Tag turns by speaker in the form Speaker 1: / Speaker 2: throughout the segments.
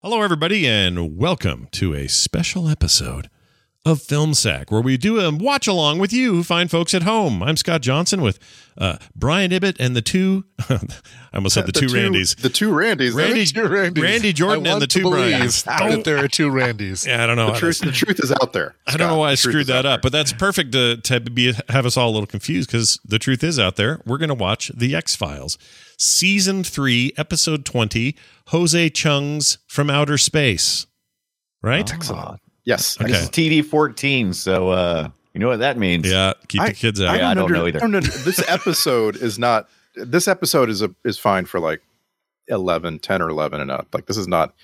Speaker 1: Hello, everybody, and welcome to a special episode of Film Sack, where we do a watch along with you, fine folks at home. I'm Scott Johnson with uh, Brian Ibbett and the two. I almost said the, two, Randys.
Speaker 2: Uh, The two Randys. There are
Speaker 1: Randy-
Speaker 2: two Randys.
Speaker 1: Randy Jordan
Speaker 2: I
Speaker 1: and
Speaker 2: want
Speaker 1: the
Speaker 2: to
Speaker 1: two
Speaker 2: believe
Speaker 1: Bryans.
Speaker 2: that
Speaker 3: that there are two Randys.
Speaker 1: Yeah, I don't know.
Speaker 2: The truth, the truth is out there.
Speaker 1: I don't know
Speaker 2: Scott.
Speaker 1: why I
Speaker 2: The truth
Speaker 1: screwed
Speaker 2: is
Speaker 1: that
Speaker 2: out
Speaker 1: up, but that's perfect to, to be have us all a little confused because the truth is out there. We're going to watch The X Files, season three, episode 20, Jose Chung's From Outer Space. Right?
Speaker 2: Excellent. Yes.
Speaker 1: Okay.
Speaker 4: Ah, This is TD fourteen, so uh, you know what that means.
Speaker 1: Yeah, keep the kids out.
Speaker 4: I- Yeah, don't know either.
Speaker 2: no, this episode is not. This episode is a, is fine for like 11, 10 or eleven and up. Like this is not.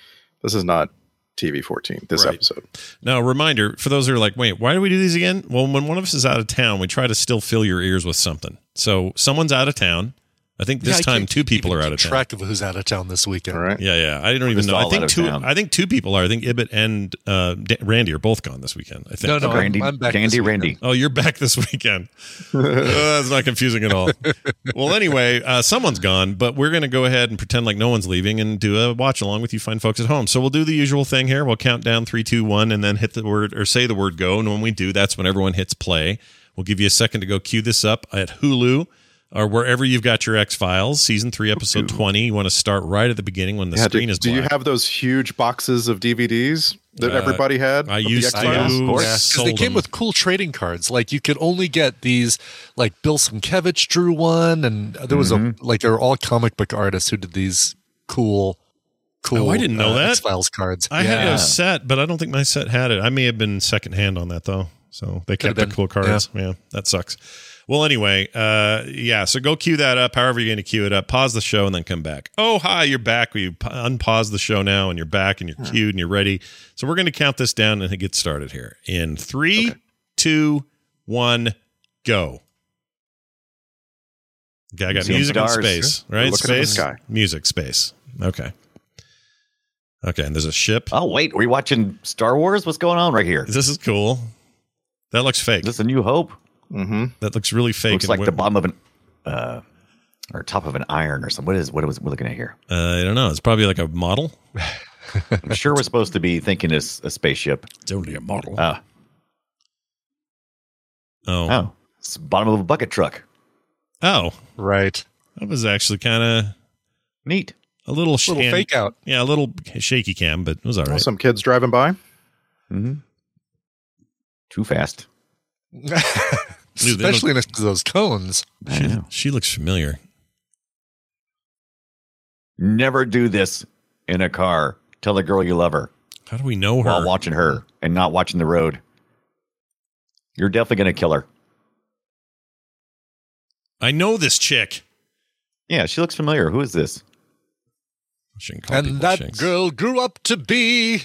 Speaker 2: This is not TV fourteen. This
Speaker 1: Right.
Speaker 2: episode.
Speaker 1: Now, reminder for those who are like, wait, why do we do these again? Well, when one of us is out of town, we try to still fill your ears with something. So someone's out of town. I think this
Speaker 3: Yeah, I
Speaker 1: time
Speaker 3: can't
Speaker 1: two people
Speaker 3: even
Speaker 1: are out of
Speaker 3: keep
Speaker 1: town.
Speaker 3: track of who's out of town this weekend.
Speaker 2: All right.
Speaker 1: Yeah, yeah. I don't even
Speaker 4: just
Speaker 1: know. I
Speaker 4: all out
Speaker 1: think
Speaker 4: of
Speaker 1: two.
Speaker 4: town.
Speaker 1: I think two people are. I think Ibbot and uh, Da- Randy are both gone this weekend. I think.
Speaker 3: No, no, I'm-
Speaker 4: Randy,
Speaker 3: I'm back this
Speaker 4: Dandy,
Speaker 3: weekend.
Speaker 4: Randy.
Speaker 1: Oh, you're back this weekend. Uh, that's not confusing at all. well, anyway, uh, someone's gone, but we're going to go ahead and pretend like no one's leaving and do a watch along with you fine folks at home. So we'll do the usual thing here. We'll count down three, two, one, and then hit the word or say the word go. And when we do, that's when everyone hits play. We'll give you a second to go cue this up at Hulu or wherever you've got your X Files, season three, episode 20. You want to start right at the beginning when the
Speaker 2: Yeah, do-
Speaker 1: screen
Speaker 2: do,
Speaker 1: is black.
Speaker 2: you have those huge boxes of DVDs that
Speaker 1: Uh,
Speaker 2: everybody had?
Speaker 1: I
Speaker 2: of the
Speaker 1: used to.
Speaker 2: X-Files?
Speaker 1: Of course.
Speaker 3: because
Speaker 1: Sold
Speaker 3: they came
Speaker 1: them.
Speaker 3: with cool trading cards. Like you could only get these. Like Bill Sienkiewicz drew one, and there was
Speaker 1: Mm-hmm.
Speaker 3: a like they were all comic book artists who did these cool, cool.
Speaker 1: Oh, I didn't know that.
Speaker 3: Files cards.
Speaker 1: I had
Speaker 3: Yeah.
Speaker 1: a set, but I don't think my set had it. I may have been secondhand on that though. So they
Speaker 3: Could
Speaker 1: kept
Speaker 3: have
Speaker 1: the
Speaker 3: been.
Speaker 1: cool cards. Yeah. that sucks. Well, anyway, uh, yeah. So go cue that up. However, you're going to cue it up. Pause the show and then come back. Oh, hi, you're back. We p- unpause the show now, and you're back, and you're cued, and you're ready. So we're going to count this down and get started here in three, two, one, go. Okay, I got
Speaker 4: Seeing
Speaker 1: music and
Speaker 4: stars.
Speaker 1: space,
Speaker 2: We're
Speaker 1: right?
Speaker 2: looking at the
Speaker 1: Space,
Speaker 2: sky.
Speaker 1: music, space. Okay, okay. And there's a ship.
Speaker 4: Oh wait, are we watching Star Wars? What's going on right here? Is
Speaker 1: This is cool. That looks fake.
Speaker 4: this a New Hope?
Speaker 2: Mhm.
Speaker 1: that looks really fake.
Speaker 4: Looks
Speaker 1: and
Speaker 4: like
Speaker 1: wi-
Speaker 4: the bottom of an uh, or top of an iron or something. What is what was we're looking at here?
Speaker 1: Uh, I don't know. It's probably like a model.
Speaker 4: I'm sure we're supposed to be thinking it's a spaceship.
Speaker 1: It's only a model.
Speaker 4: Uh,
Speaker 1: oh. oh,
Speaker 4: oh, it's the bottom of a bucket truck.
Speaker 3: right.
Speaker 1: that was actually kind of
Speaker 4: Neat.
Speaker 1: a little,
Speaker 3: Little
Speaker 1: shan-
Speaker 3: fake out.
Speaker 1: Yeah, a little shaky cam, but it was all right.
Speaker 2: Some kids driving by.
Speaker 1: Mm-hmm.
Speaker 4: hmm Too fast.
Speaker 1: Dude, they
Speaker 3: Especially next to those cones.
Speaker 4: I
Speaker 1: She,
Speaker 4: know.
Speaker 1: she looks familiar.
Speaker 4: Never do this in a car. Tell the girl you love her.
Speaker 1: How do we know her?
Speaker 4: while watching her and not watching the road. You're definitely going to kill her.
Speaker 1: I know this chick.
Speaker 4: Yeah, she looks familiar. Who is this?
Speaker 1: I shouldn't call people
Speaker 3: And that
Speaker 1: chicks.
Speaker 3: girl grew up to be.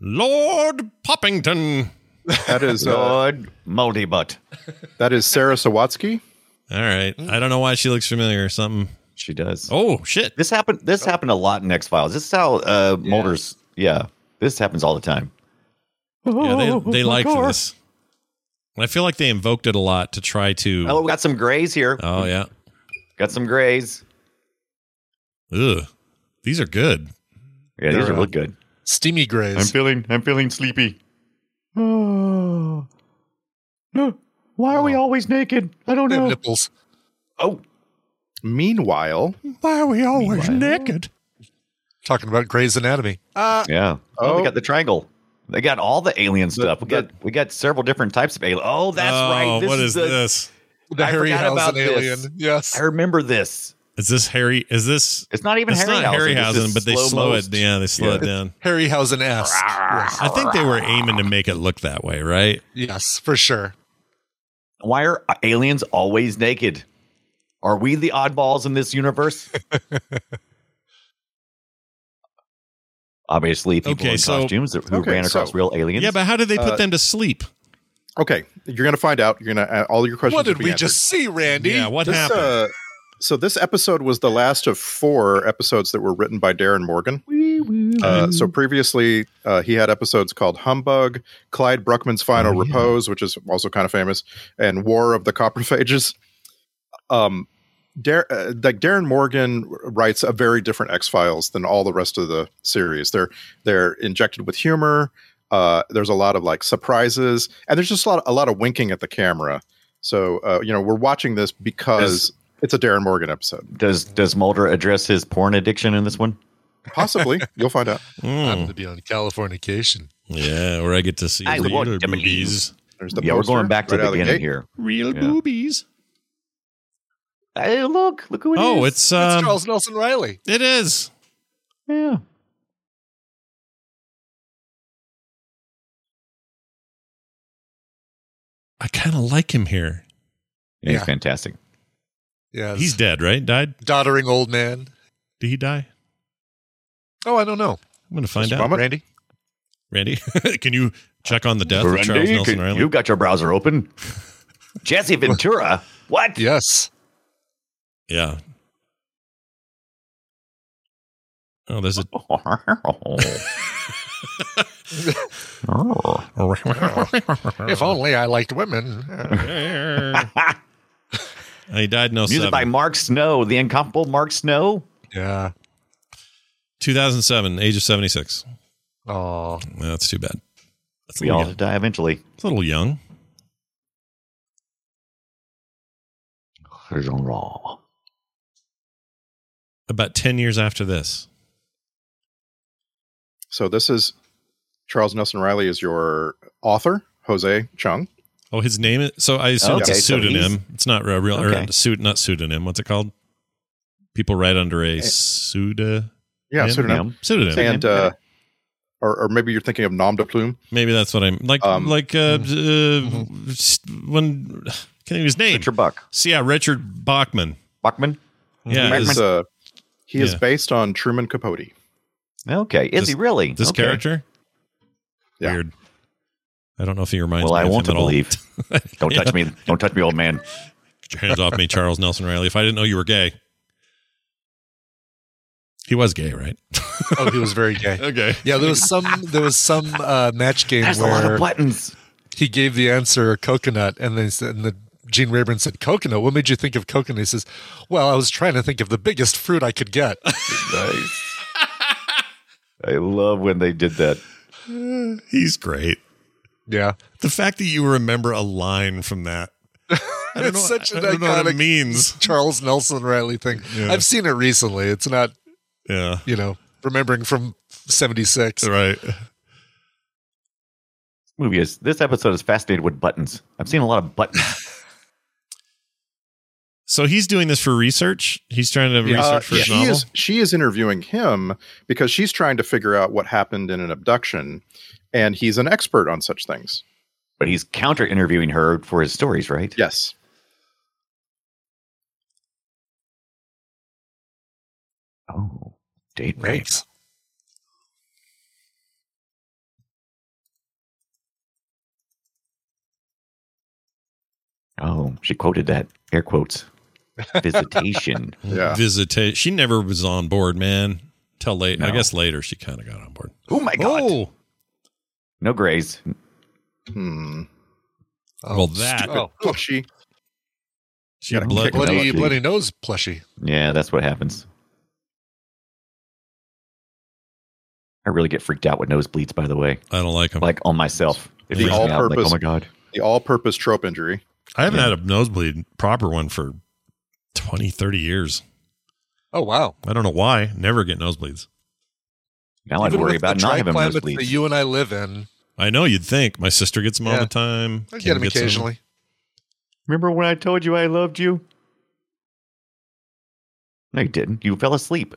Speaker 1: Lord Poppington.
Speaker 2: That is uh,
Speaker 4: Lord Moldybutt.
Speaker 2: that is Sarah Sawatsky.
Speaker 1: All right.
Speaker 4: Mm.
Speaker 1: I don't know why she looks familiar or something.
Speaker 4: She does.
Speaker 1: Oh shit.
Speaker 4: This happened. This happened a lot in X Files. This is how uh, Mulder's. Yeah, this happens all the time. Oh,
Speaker 1: Yeah, they they liked this. I feel like they invoked it a lot to try to.
Speaker 4: Oh, we got some grays here.
Speaker 1: oh yeah.
Speaker 4: Got some grays.
Speaker 1: Ugh. These are good.
Speaker 4: Yeah, these
Speaker 2: They're,
Speaker 4: are
Speaker 2: uh,
Speaker 4: look good.
Speaker 3: Steamy Grays.
Speaker 4: feeling. I'm feeling sleepy. Oh. No. Why are we always naked? I don't
Speaker 3: They have nipples.
Speaker 4: Oh,
Speaker 2: Meanwhile,
Speaker 1: Why are we always
Speaker 4: Meanwhile.
Speaker 1: naked?
Speaker 3: Talking about Grey's Anatomy. Uh,
Speaker 4: Yeah. Oh,
Speaker 2: Oh.
Speaker 4: we got the triangle. They got all the alien stuff. We
Speaker 2: the-
Speaker 4: got we got several different types of alien. Oh, that's right.
Speaker 1: what is
Speaker 4: the-
Speaker 1: this?
Speaker 3: the
Speaker 4: I
Speaker 3: Harry
Speaker 4: forgot about
Speaker 3: alien.
Speaker 4: this.
Speaker 3: Yes.
Speaker 4: I remember this.
Speaker 1: Is this Harry? Is this?
Speaker 4: It's not even
Speaker 1: it's
Speaker 4: Harryhausen.
Speaker 1: not
Speaker 4: This
Speaker 1: Harryhausen,
Speaker 4: is
Speaker 1: but they slow
Speaker 4: slow-most.
Speaker 1: it. Yeah, they slow
Speaker 4: Yeah.
Speaker 1: it down.
Speaker 3: Harryhausen esque. Yes.
Speaker 1: I think they were aiming to make it look that way, right?
Speaker 3: yes, for sure.
Speaker 4: Why are aliens always naked? Are we the oddballs in this universe? Obviously, people
Speaker 1: Okay,
Speaker 4: in
Speaker 1: so-
Speaker 4: costumes who
Speaker 2: Okay,
Speaker 4: ran across
Speaker 2: so-
Speaker 4: real aliens.
Speaker 1: Yeah, but how did they put
Speaker 2: Uh,
Speaker 1: them to sleep?
Speaker 2: okay, you're gonna find out. You're gonna uh, all your questions.
Speaker 3: What
Speaker 2: will
Speaker 3: did
Speaker 2: be
Speaker 3: we
Speaker 2: answered.
Speaker 3: just see, Randy?
Speaker 1: Yeah, what
Speaker 2: This,
Speaker 1: happened?
Speaker 2: uh, so this episode was the last of four episodes that were written by Darren Morgan. Uh,
Speaker 1: Mm-hmm.
Speaker 2: so previously, uh, he had episodes called Humbug, Clyde Bruckman's Final
Speaker 1: Oh, yeah.
Speaker 2: Repose, which is also kind of famous, and War of the Coprophages. Um, Dar- uh, like Darren Morgan writes a very different X Files than all the rest of the series. They're they're injected with humor. Uh, there's a lot of like surprises, and there's just a lot a lot of winking at the camera. So uh, you know we're watching this because
Speaker 4: Does-
Speaker 2: it's a Darren Morgan episode.
Speaker 4: Does Does Mulder address his porn addiction in this one?
Speaker 2: Possibly you'll find out.
Speaker 4: uh,
Speaker 3: I'm
Speaker 1: Mm.
Speaker 3: going to be on Californication.
Speaker 1: Yeah, where I get to see
Speaker 4: um, I
Speaker 1: real
Speaker 4: want to
Speaker 1: boobies.
Speaker 2: There's the
Speaker 4: yeah, we're
Speaker 2: poster
Speaker 4: going back to
Speaker 2: right
Speaker 4: the
Speaker 2: out of
Speaker 4: beginning
Speaker 2: gate.
Speaker 4: here.
Speaker 1: Real
Speaker 4: Yeah.
Speaker 1: boobies.
Speaker 4: Hey, look, look who it
Speaker 1: Oh,
Speaker 4: is.
Speaker 1: it's
Speaker 3: That's
Speaker 1: um,
Speaker 3: Charles Nelson Riley.
Speaker 1: it is.
Speaker 5: Yeah.
Speaker 1: I kind of like him here.
Speaker 4: yeah, he's
Speaker 3: yeah.
Speaker 4: fantastic.
Speaker 3: Yeah,
Speaker 1: He's dead, right? Died?
Speaker 3: doddering old man.
Speaker 1: Did he die?
Speaker 3: Oh, I don't know.
Speaker 1: I'm gonna find out.
Speaker 2: Obama?
Speaker 3: Randy?
Speaker 1: Randy, can you check on the death of Charles Nelson
Speaker 4: can-
Speaker 1: Riley?
Speaker 4: you got your browser open. Jesse Ventura. What?
Speaker 3: Yes.
Speaker 1: Yeah. Oh, there's a.
Speaker 4: Oh.
Speaker 3: If only I liked women.
Speaker 1: he died in
Speaker 4: Music by
Speaker 1: 07.
Speaker 4: Mark Snow, the incomparable Mark Snow.
Speaker 3: yeah.
Speaker 1: 2007, age of 76.
Speaker 3: Oh,
Speaker 1: No, that's too bad. That's a
Speaker 4: We
Speaker 1: little,
Speaker 4: all
Speaker 1: young.
Speaker 4: die eventually.
Speaker 1: It's a little young. About 10 years after this.
Speaker 2: So this is Charles Nelson Riley is your author, Jose Chung.
Speaker 1: Oh, his name is. So I assume it's a
Speaker 4: Okay, so he's-
Speaker 1: pseudonym. it's not a real. Or
Speaker 4: Okay.
Speaker 1: a suit, not pseudonym. What's it called? People write under
Speaker 4: Eh.
Speaker 1: a pseudo,
Speaker 2: Yeah,
Speaker 1: Yeah.
Speaker 2: pseudonym.
Speaker 4: Him.
Speaker 1: pseudonym.
Speaker 4: Yeah.
Speaker 2: And uh, or, or maybe you're thinking of nom de plume.
Speaker 1: Maybe that's what I'm like.
Speaker 2: Um,
Speaker 1: like uh, uh, s- when can I his name?
Speaker 4: mm-hmm. Richard Buck.
Speaker 1: See, yeah, Richard Bachman.
Speaker 4: Bachman.
Speaker 1: Yeah,
Speaker 4: Bachman.
Speaker 1: is
Speaker 2: He's, uh, he is
Speaker 1: Yeah.
Speaker 2: based on Truman Capote.
Speaker 4: Okay. Is
Speaker 1: This-
Speaker 4: he really?
Speaker 1: this
Speaker 4: Okay.
Speaker 1: character
Speaker 2: Yeah.
Speaker 1: weird. I don't know if he reminds
Speaker 4: Well,
Speaker 1: me.
Speaker 4: I
Speaker 1: of
Speaker 4: want to
Speaker 1: him at all.
Speaker 4: believe. Don't touch
Speaker 1: Yeah.
Speaker 4: me. Don't touch me, old man.
Speaker 1: Get your hands off me, Charles Nelson Riley. If I didn't know you were gay, he was gay, right?
Speaker 3: oh, he was very gay.
Speaker 1: Okay.
Speaker 3: Yeah, there was some there was some uh, match game
Speaker 4: There's a lot
Speaker 3: where
Speaker 4: of buttons.
Speaker 3: he gave the answer coconut, and then said- and the Gene Rayburn said coconut. What made you think of coconut? He says, "Well, I was trying to think of the biggest fruit I could get."
Speaker 4: Nice. I love when they did that.
Speaker 1: He's great.
Speaker 3: yeah,
Speaker 1: The fact that you remember a line from that, I don't
Speaker 3: It's
Speaker 1: know.
Speaker 3: such
Speaker 1: I
Speaker 3: an
Speaker 1: don't know what it
Speaker 3: iconic-
Speaker 1: means.
Speaker 3: Charles Nelson Riley thing.
Speaker 1: Yeah.
Speaker 3: I've seen it recently. It's not
Speaker 1: Yeah.
Speaker 3: you know remembering from '76.
Speaker 1: Right.
Speaker 4: movie is this episode is fascinated with buttons. I've seen a lot of buttons.
Speaker 1: So he's doing this for research. He's trying to research
Speaker 2: Uh,
Speaker 1: for his
Speaker 2: she
Speaker 1: novel.
Speaker 2: is she is interviewing him because she's trying to figure out what happened in an abduction, and he's an expert on such things.
Speaker 4: but he's counter interviewing her for his stories, right?
Speaker 2: Yes,
Speaker 4: Oh, date rape.
Speaker 3: Nice.
Speaker 4: Oh, she quoted that air quotes visitation.
Speaker 2: Yeah.
Speaker 1: visitation. She never was on board, man. Till late. I
Speaker 4: No.
Speaker 1: guess later she kind of got on board.
Speaker 4: oh my god!
Speaker 1: Oh,
Speaker 4: No grays.
Speaker 2: hmm.
Speaker 3: Oh,
Speaker 1: well, that
Speaker 3: Oh,
Speaker 2: Well, she
Speaker 1: she
Speaker 2: Gotta
Speaker 1: blood.
Speaker 2: kick it.
Speaker 3: bloody
Speaker 4: Lucky.
Speaker 3: bloody nose plushie.
Speaker 4: Yeah, that's what happens. I really get freaked out with nosebleeds. By the way,
Speaker 1: I don't like him.
Speaker 4: like on myself, it
Speaker 1: The
Speaker 4: freaks me out. Like,
Speaker 2: all-purpose-
Speaker 4: oh my god!
Speaker 2: the all-purpose trope injury.
Speaker 1: I haven't
Speaker 4: yeah.
Speaker 1: had a nosebleed proper one for 20, 30 years.
Speaker 3: Oh wow!
Speaker 1: I don't know why. Never get nosebleeds.
Speaker 4: Now I'd
Speaker 3: Even
Speaker 4: worry
Speaker 3: with the
Speaker 4: about not having
Speaker 3: climate
Speaker 4: nosebleeds.
Speaker 3: that you and I live in.
Speaker 1: I know you'd think my sister gets them all
Speaker 3: Yeah.
Speaker 1: the time.
Speaker 3: I
Speaker 1: Kim
Speaker 3: get them
Speaker 1: gets
Speaker 3: occasionally.
Speaker 5: Remember when I told you I loved you?
Speaker 4: No, you didn't. You fell asleep.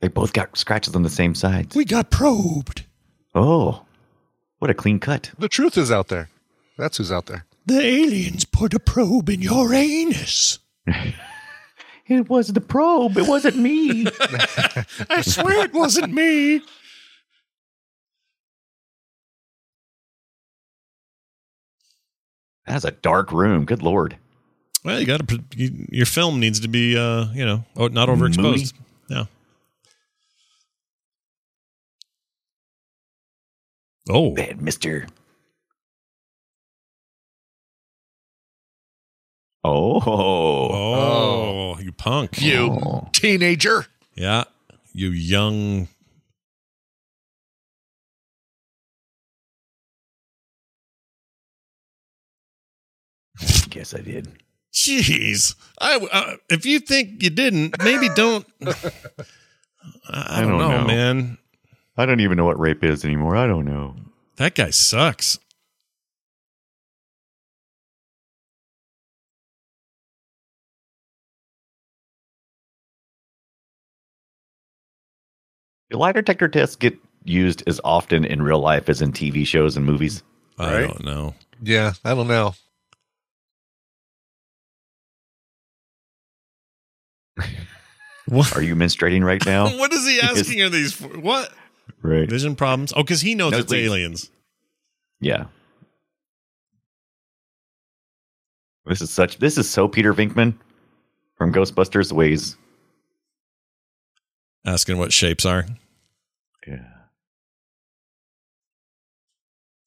Speaker 4: They both got scratches on the same sides.
Speaker 1: We got probed.
Speaker 4: Oh, what a clean cut.
Speaker 3: The truth is out there. That's who's out there.
Speaker 1: The aliens put a probe in your anus.
Speaker 5: It was the probe. It wasn't me.
Speaker 1: I swear it wasn't me.
Speaker 4: That's a dark room. Good lord.
Speaker 1: Well, you got to. Your film needs to be, uh, you know, oh, not overexposed. Yeah. Oh,
Speaker 4: Bad mister. Oh.
Speaker 1: Oh, you punk.
Speaker 3: You teenager.
Speaker 1: Yeah. You young.
Speaker 4: Guess I did.
Speaker 1: Jeez. I, uh, if you think you didn't, maybe don't. I, I
Speaker 4: I
Speaker 1: don't,
Speaker 4: don't
Speaker 1: know,
Speaker 4: know.
Speaker 1: man.
Speaker 4: I don't even know what rape is anymore. I don't know.
Speaker 1: That guy sucks.
Speaker 4: Do lie detector tests get used as often in real life as in TV shows and movies?
Speaker 1: I
Speaker 2: Right?
Speaker 1: don't know.
Speaker 3: Yeah, I don't know.
Speaker 1: What?
Speaker 4: Are you menstruating right now?
Speaker 1: what is he asking her these for? What?
Speaker 4: right.
Speaker 1: Vision problems? Oh, because he knows
Speaker 4: No,
Speaker 1: it's
Speaker 4: please.
Speaker 1: aliens.
Speaker 4: Yeah. This is such. This is so Peter Vinkman from Ghostbusters ways.
Speaker 1: Asking what shapes are.
Speaker 4: Yeah.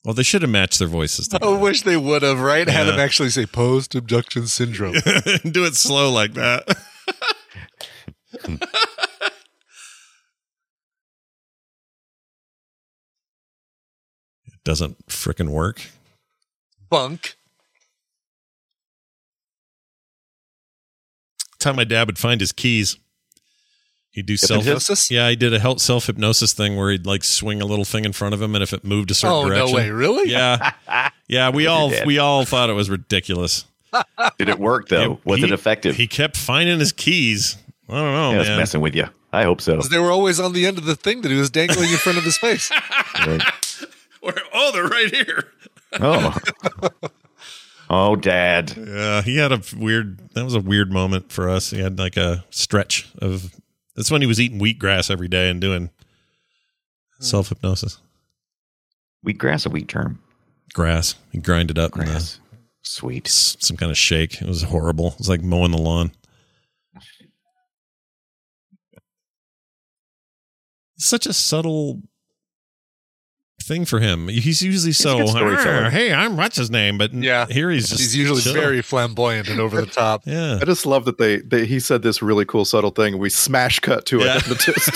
Speaker 1: Well, they should have matched their voices.
Speaker 3: I
Speaker 4: Oh,
Speaker 3: wish they would have, right? Had
Speaker 1: Yeah.
Speaker 3: him actually say post abduction syndrome.
Speaker 1: Do it slow like that. it doesn't frickin' work.
Speaker 3: Bunk.
Speaker 1: Time my dad would find his keys. He'd do self.
Speaker 3: Hypnosis?
Speaker 1: Yeah, he did a help self hypnosis thing where he'd like swing a little thing in front of him, and if it moved a certain
Speaker 3: Oh,
Speaker 1: direction,
Speaker 3: no way. Really?
Speaker 1: Yeah, yeah. We
Speaker 4: Your
Speaker 1: all
Speaker 4: dad.
Speaker 1: we all thought it was ridiculous.
Speaker 4: Did it work though?
Speaker 1: He-
Speaker 4: Was it
Speaker 1: he-
Speaker 4: effective?
Speaker 1: He kept finding his keys. I don't know,
Speaker 4: yeah, it's
Speaker 1: man.
Speaker 4: messing with you. I hope so.
Speaker 3: 'Cause They were always on the end of the thing that he was dangling in front of his face.
Speaker 4: Right.
Speaker 1: Where- oh, they're right here.
Speaker 4: Oh. oh, Dad.
Speaker 1: Yeah, he had a weird. That was a weird moment for us. He had like a stretch of. That's when he was eating wheatgrass every day and doing self hypnosis.
Speaker 4: Wheat grass, a wheat term.
Speaker 1: Grass. He grinded up in the,
Speaker 4: Grass. Sweet.
Speaker 1: s- some kind of shake. It was horrible. It was like mowing the lawn. Such a subtle thing for him. He's usually
Speaker 4: a
Speaker 1: so
Speaker 4: good storyteller.
Speaker 1: "Ah, hey, I'm what's his name, but
Speaker 3: Yeah.
Speaker 1: here he's just
Speaker 3: He's usually
Speaker 1: chill.
Speaker 3: very flamboyant and over the top.
Speaker 1: yeah.
Speaker 2: I just love that they, they he said this really cool subtle thing. and We smash cut to
Speaker 1: Yeah.
Speaker 2: a hypnotist.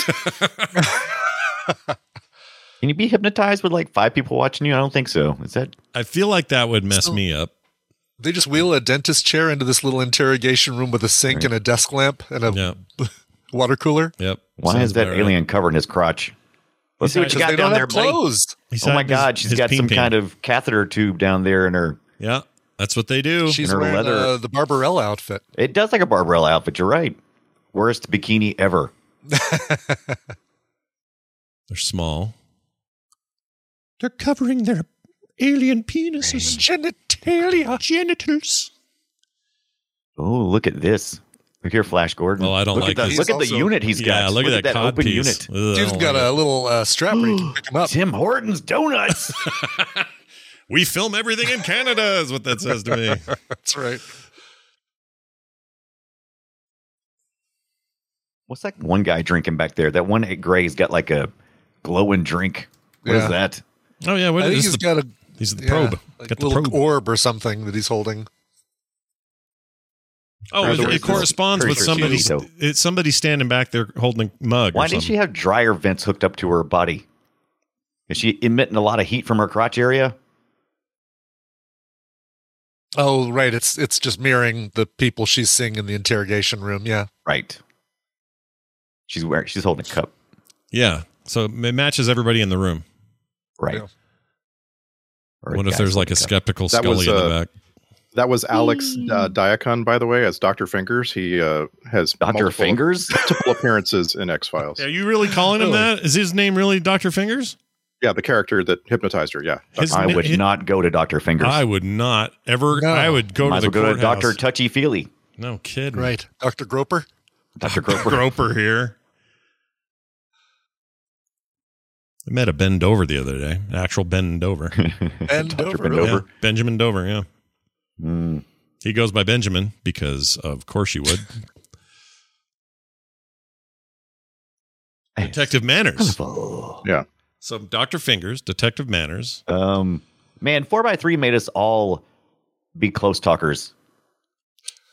Speaker 4: Can you be hypnotized with like five people watching you? I don't think so. Is that
Speaker 1: I feel like that would mess
Speaker 3: So-
Speaker 1: me up.
Speaker 3: They just wheel a dentist chair into this little interrogation room with a sink and a desk lamp and a
Speaker 1: Yep.
Speaker 3: water cooler.
Speaker 1: Yep.
Speaker 4: why
Speaker 1: Sounds
Speaker 4: is that
Speaker 1: about right.
Speaker 4: alien covering his crotch? Let's see what you
Speaker 3: Because
Speaker 4: got
Speaker 3: they don't
Speaker 4: down there,
Speaker 3: have
Speaker 4: buddy.
Speaker 3: clothes.
Speaker 1: He's
Speaker 4: Oh my
Speaker 1: hiding his-
Speaker 4: God, she's
Speaker 1: his
Speaker 4: got
Speaker 1: peen
Speaker 4: some
Speaker 1: peen.
Speaker 4: kind of catheter tube down there in her.
Speaker 1: Yeah. That's what they do.
Speaker 3: She's
Speaker 4: her
Speaker 3: wearing
Speaker 4: leather.
Speaker 3: uh, the Barbarella outfit.
Speaker 4: It does like a Barbarella outfit. You're right. Worst bikini ever.
Speaker 1: They're small. They're covering their alien penises. Genitalia. Genitals.
Speaker 4: Oh, look at this. Look here, Flash Gordon.
Speaker 1: Oh, I don't
Speaker 4: look
Speaker 1: like
Speaker 4: at the,
Speaker 1: this.
Speaker 4: Look at the
Speaker 3: Also-
Speaker 4: unit he's got.
Speaker 1: Yeah, look, at that, cod
Speaker 4: open
Speaker 1: piece.
Speaker 4: unit.
Speaker 1: Ugh, I
Speaker 3: Dude's
Speaker 1: don't
Speaker 3: got
Speaker 1: like
Speaker 3: a
Speaker 1: it.
Speaker 3: little uh, strap where you can pick him up.
Speaker 4: Tim Hortons donuts.
Speaker 1: We film everything in Canada, is what that says to me.
Speaker 3: That's right.
Speaker 4: What's that one guy drinking back there? That one at Gray's got like a glowing drink. What is
Speaker 3: Yeah.
Speaker 4: that?
Speaker 1: Oh, yeah. What
Speaker 3: I think
Speaker 1: is
Speaker 3: he's
Speaker 1: the,
Speaker 3: got a
Speaker 1: he's the
Speaker 3: yeah,
Speaker 1: probe.
Speaker 3: like
Speaker 1: got the
Speaker 3: little
Speaker 1: probe.
Speaker 3: orb or something that he's holding.
Speaker 1: oh, it,
Speaker 4: Pretty
Speaker 1: it
Speaker 4: sure it's-
Speaker 1: corresponds
Speaker 4: pretty
Speaker 1: with
Speaker 4: sure it's
Speaker 1: somebody's.
Speaker 4: Cheeto.
Speaker 1: It's somebody standing back there holding a mug. or
Speaker 4: Why didn't she
Speaker 1: something.
Speaker 4: have dryer vents hooked up to her body? Is she emitting a lot of heat from her crotch area?
Speaker 3: Oh, right. It's it's just mirroring the people she's seeing in the interrogation room. Yeah.
Speaker 4: Right. She's wearing. She's holding a cup.
Speaker 1: Yeah. So it matches everybody in the room.
Speaker 4: Right.
Speaker 3: Yeah.
Speaker 4: Or a
Speaker 1: what if
Speaker 4: guy's
Speaker 1: there's like
Speaker 4: holding
Speaker 1: a
Speaker 4: cup.
Speaker 1: skeptical
Speaker 2: That
Speaker 1: Scully
Speaker 2: was,
Speaker 1: in the
Speaker 2: uh,
Speaker 1: back?
Speaker 2: that was Alex uh, Diacon, by the way, as Doctor Fingers. He uh, has
Speaker 4: Doctor
Speaker 2: multiple-
Speaker 4: Fingers?
Speaker 2: multiple appearances in X Files.
Speaker 1: Are you really calling him
Speaker 3: Really?
Speaker 1: that? Is his name really Dr. Fingers?
Speaker 2: Yeah, the character that hypnotized her. Yeah,
Speaker 1: His
Speaker 4: I
Speaker 1: na-
Speaker 4: would
Speaker 1: hi-
Speaker 4: not go to Doctor Fingers.
Speaker 1: I would not ever.
Speaker 3: No.
Speaker 1: I would go
Speaker 4: Might as
Speaker 1: to
Speaker 4: well
Speaker 1: the
Speaker 4: go to
Speaker 1: courthouse.
Speaker 4: Doctor Touchy Feely.
Speaker 1: no kid.
Speaker 3: Right. Dr. Hmm. Groper.
Speaker 4: Doctor Groper.
Speaker 1: Groper here. I met a Ben Dover the other day. An actual Ben Dover.
Speaker 3: And
Speaker 4: Dr.
Speaker 3: Dover,
Speaker 1: Yeah,
Speaker 4: Bendover.
Speaker 1: Benjamin Dover. Yeah.
Speaker 4: Mm.
Speaker 1: He goes by Benjamin because, of course, you would. Detective Manners. So, Dr. Fingers, Detective Manners.
Speaker 4: Um, man, four by three made us all be close talkers.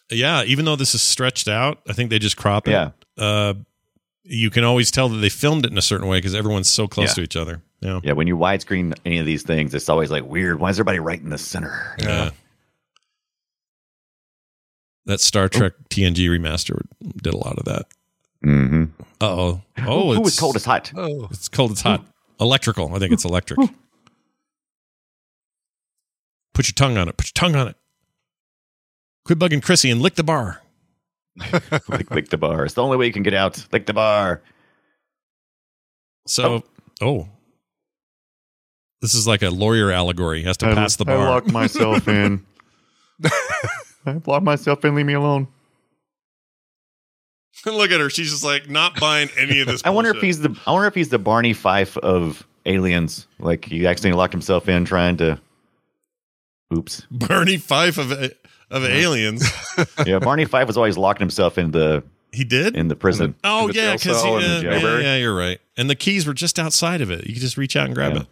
Speaker 1: yeah, even though this is stretched out, I think they just crop it.
Speaker 4: Yeah.
Speaker 1: Uh, you can always tell that they filmed it in a certain way because everyone's so close
Speaker 4: Yeah.
Speaker 1: to each other. Yeah.
Speaker 4: Yeah, when you widescreen any of these things, it's always like weird. Why is everybody right in the center?
Speaker 1: Yeah. Uh, That
Speaker 4: Oh.
Speaker 1: Star Trek TNG remaster did a lot of that.
Speaker 4: Mm-hmm.
Speaker 1: Uh oh. Oh,
Speaker 4: Who
Speaker 1: it's
Speaker 4: was cold as hot?
Speaker 3: Oh,
Speaker 1: It's cold. It's hot. Electrical. I think it's electric. Put your tongue on it. Put your tongue on it. Quit bugging Chrissy and lick the bar.
Speaker 4: lick, lick the bar. It's the only way you can get out. Lick the bar.
Speaker 1: So, oh. This is like a lawyer allegory. He has to
Speaker 5: I,
Speaker 1: pass the
Speaker 5: I
Speaker 1: bar.
Speaker 5: locked myself in. I locked myself in. Leave me alone.
Speaker 1: Look at her. She's just like not buying any of this.
Speaker 4: I wonder if
Speaker 1: bullshit.
Speaker 4: he's the I wonder if he's the Barney Fife of aliens. Like he accidentally locked himself in trying to Oops.
Speaker 1: Barney Fife of of aliens.
Speaker 4: Yeah, Barney Fife was always locking himself in the
Speaker 1: He did.
Speaker 4: in the prison.
Speaker 1: oh
Speaker 2: in the
Speaker 1: yeah,
Speaker 2: jail
Speaker 1: because
Speaker 2: cell
Speaker 1: yeah,
Speaker 2: and the
Speaker 1: yeah,
Speaker 2: jailbird.
Speaker 1: yeah, you're right. And the keys were just outside of it. You could just reach out and grab
Speaker 4: Yeah.
Speaker 1: it.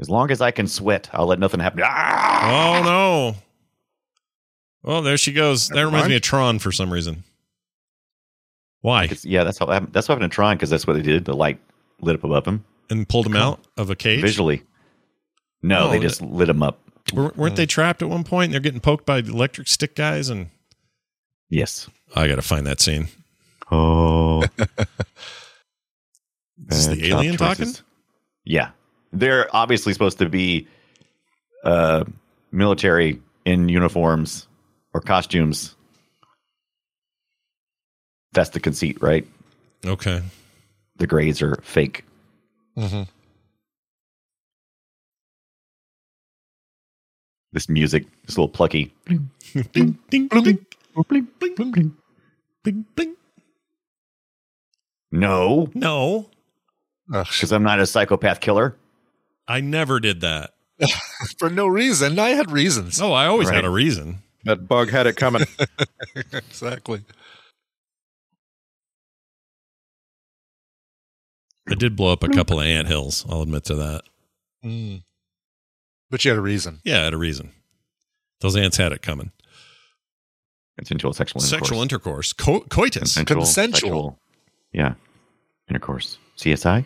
Speaker 4: As long as I can sweat, I'll let nothing happen. Ah!
Speaker 1: Oh no. Well, there she goes. That
Speaker 2: Never
Speaker 1: reminds
Speaker 2: mind.
Speaker 1: me of Tron for some reason. Why?
Speaker 4: It's- yeah, that's how happened. that's what happened to Tron because that's what they did. The light lit up above him
Speaker 1: And pulled him out of a cage.
Speaker 4: visually. No,
Speaker 1: Oh,
Speaker 4: they just lit him up.
Speaker 1: Were, weren't they trapped at one point? And they're getting poked by the electric stick guys. And
Speaker 4: Yes.
Speaker 1: I got to find that scene.
Speaker 4: Oh,
Speaker 1: Is this
Speaker 4: Uh,
Speaker 1: the
Speaker 4: job
Speaker 1: alien talking?
Speaker 4: choices. Yeah, they're obviously supposed to be uh, military in uniforms or costumes. That's the conceit, right?
Speaker 1: Okay.
Speaker 4: The grades are fake.
Speaker 3: mhm.
Speaker 4: This music, this little plucky.
Speaker 1: Ding, ding, ding,
Speaker 5: Bling, bling, bling, bling.
Speaker 1: ding, ding.
Speaker 4: No,
Speaker 1: No,
Speaker 3: Ugh, sh-
Speaker 4: because I'm not a psychopath killer.
Speaker 1: I never did that.
Speaker 3: for no reason. I had reasons.
Speaker 1: Oh, I always had
Speaker 4: Right.
Speaker 1: a reason.
Speaker 2: That bug had it coming.
Speaker 3: Exactly.
Speaker 1: I did blow up a couple of ant hills. I'll admit to that.
Speaker 3: Mm. But you had a reason.
Speaker 1: Yeah, I had a reason. Those ants had it coming.
Speaker 4: Consensual sexual intercourse.
Speaker 1: Sexual intercourse, Co- coitus.
Speaker 4: Consensual.
Speaker 3: Consensual.
Speaker 4: sexual- yeah. Intercourse. CSI.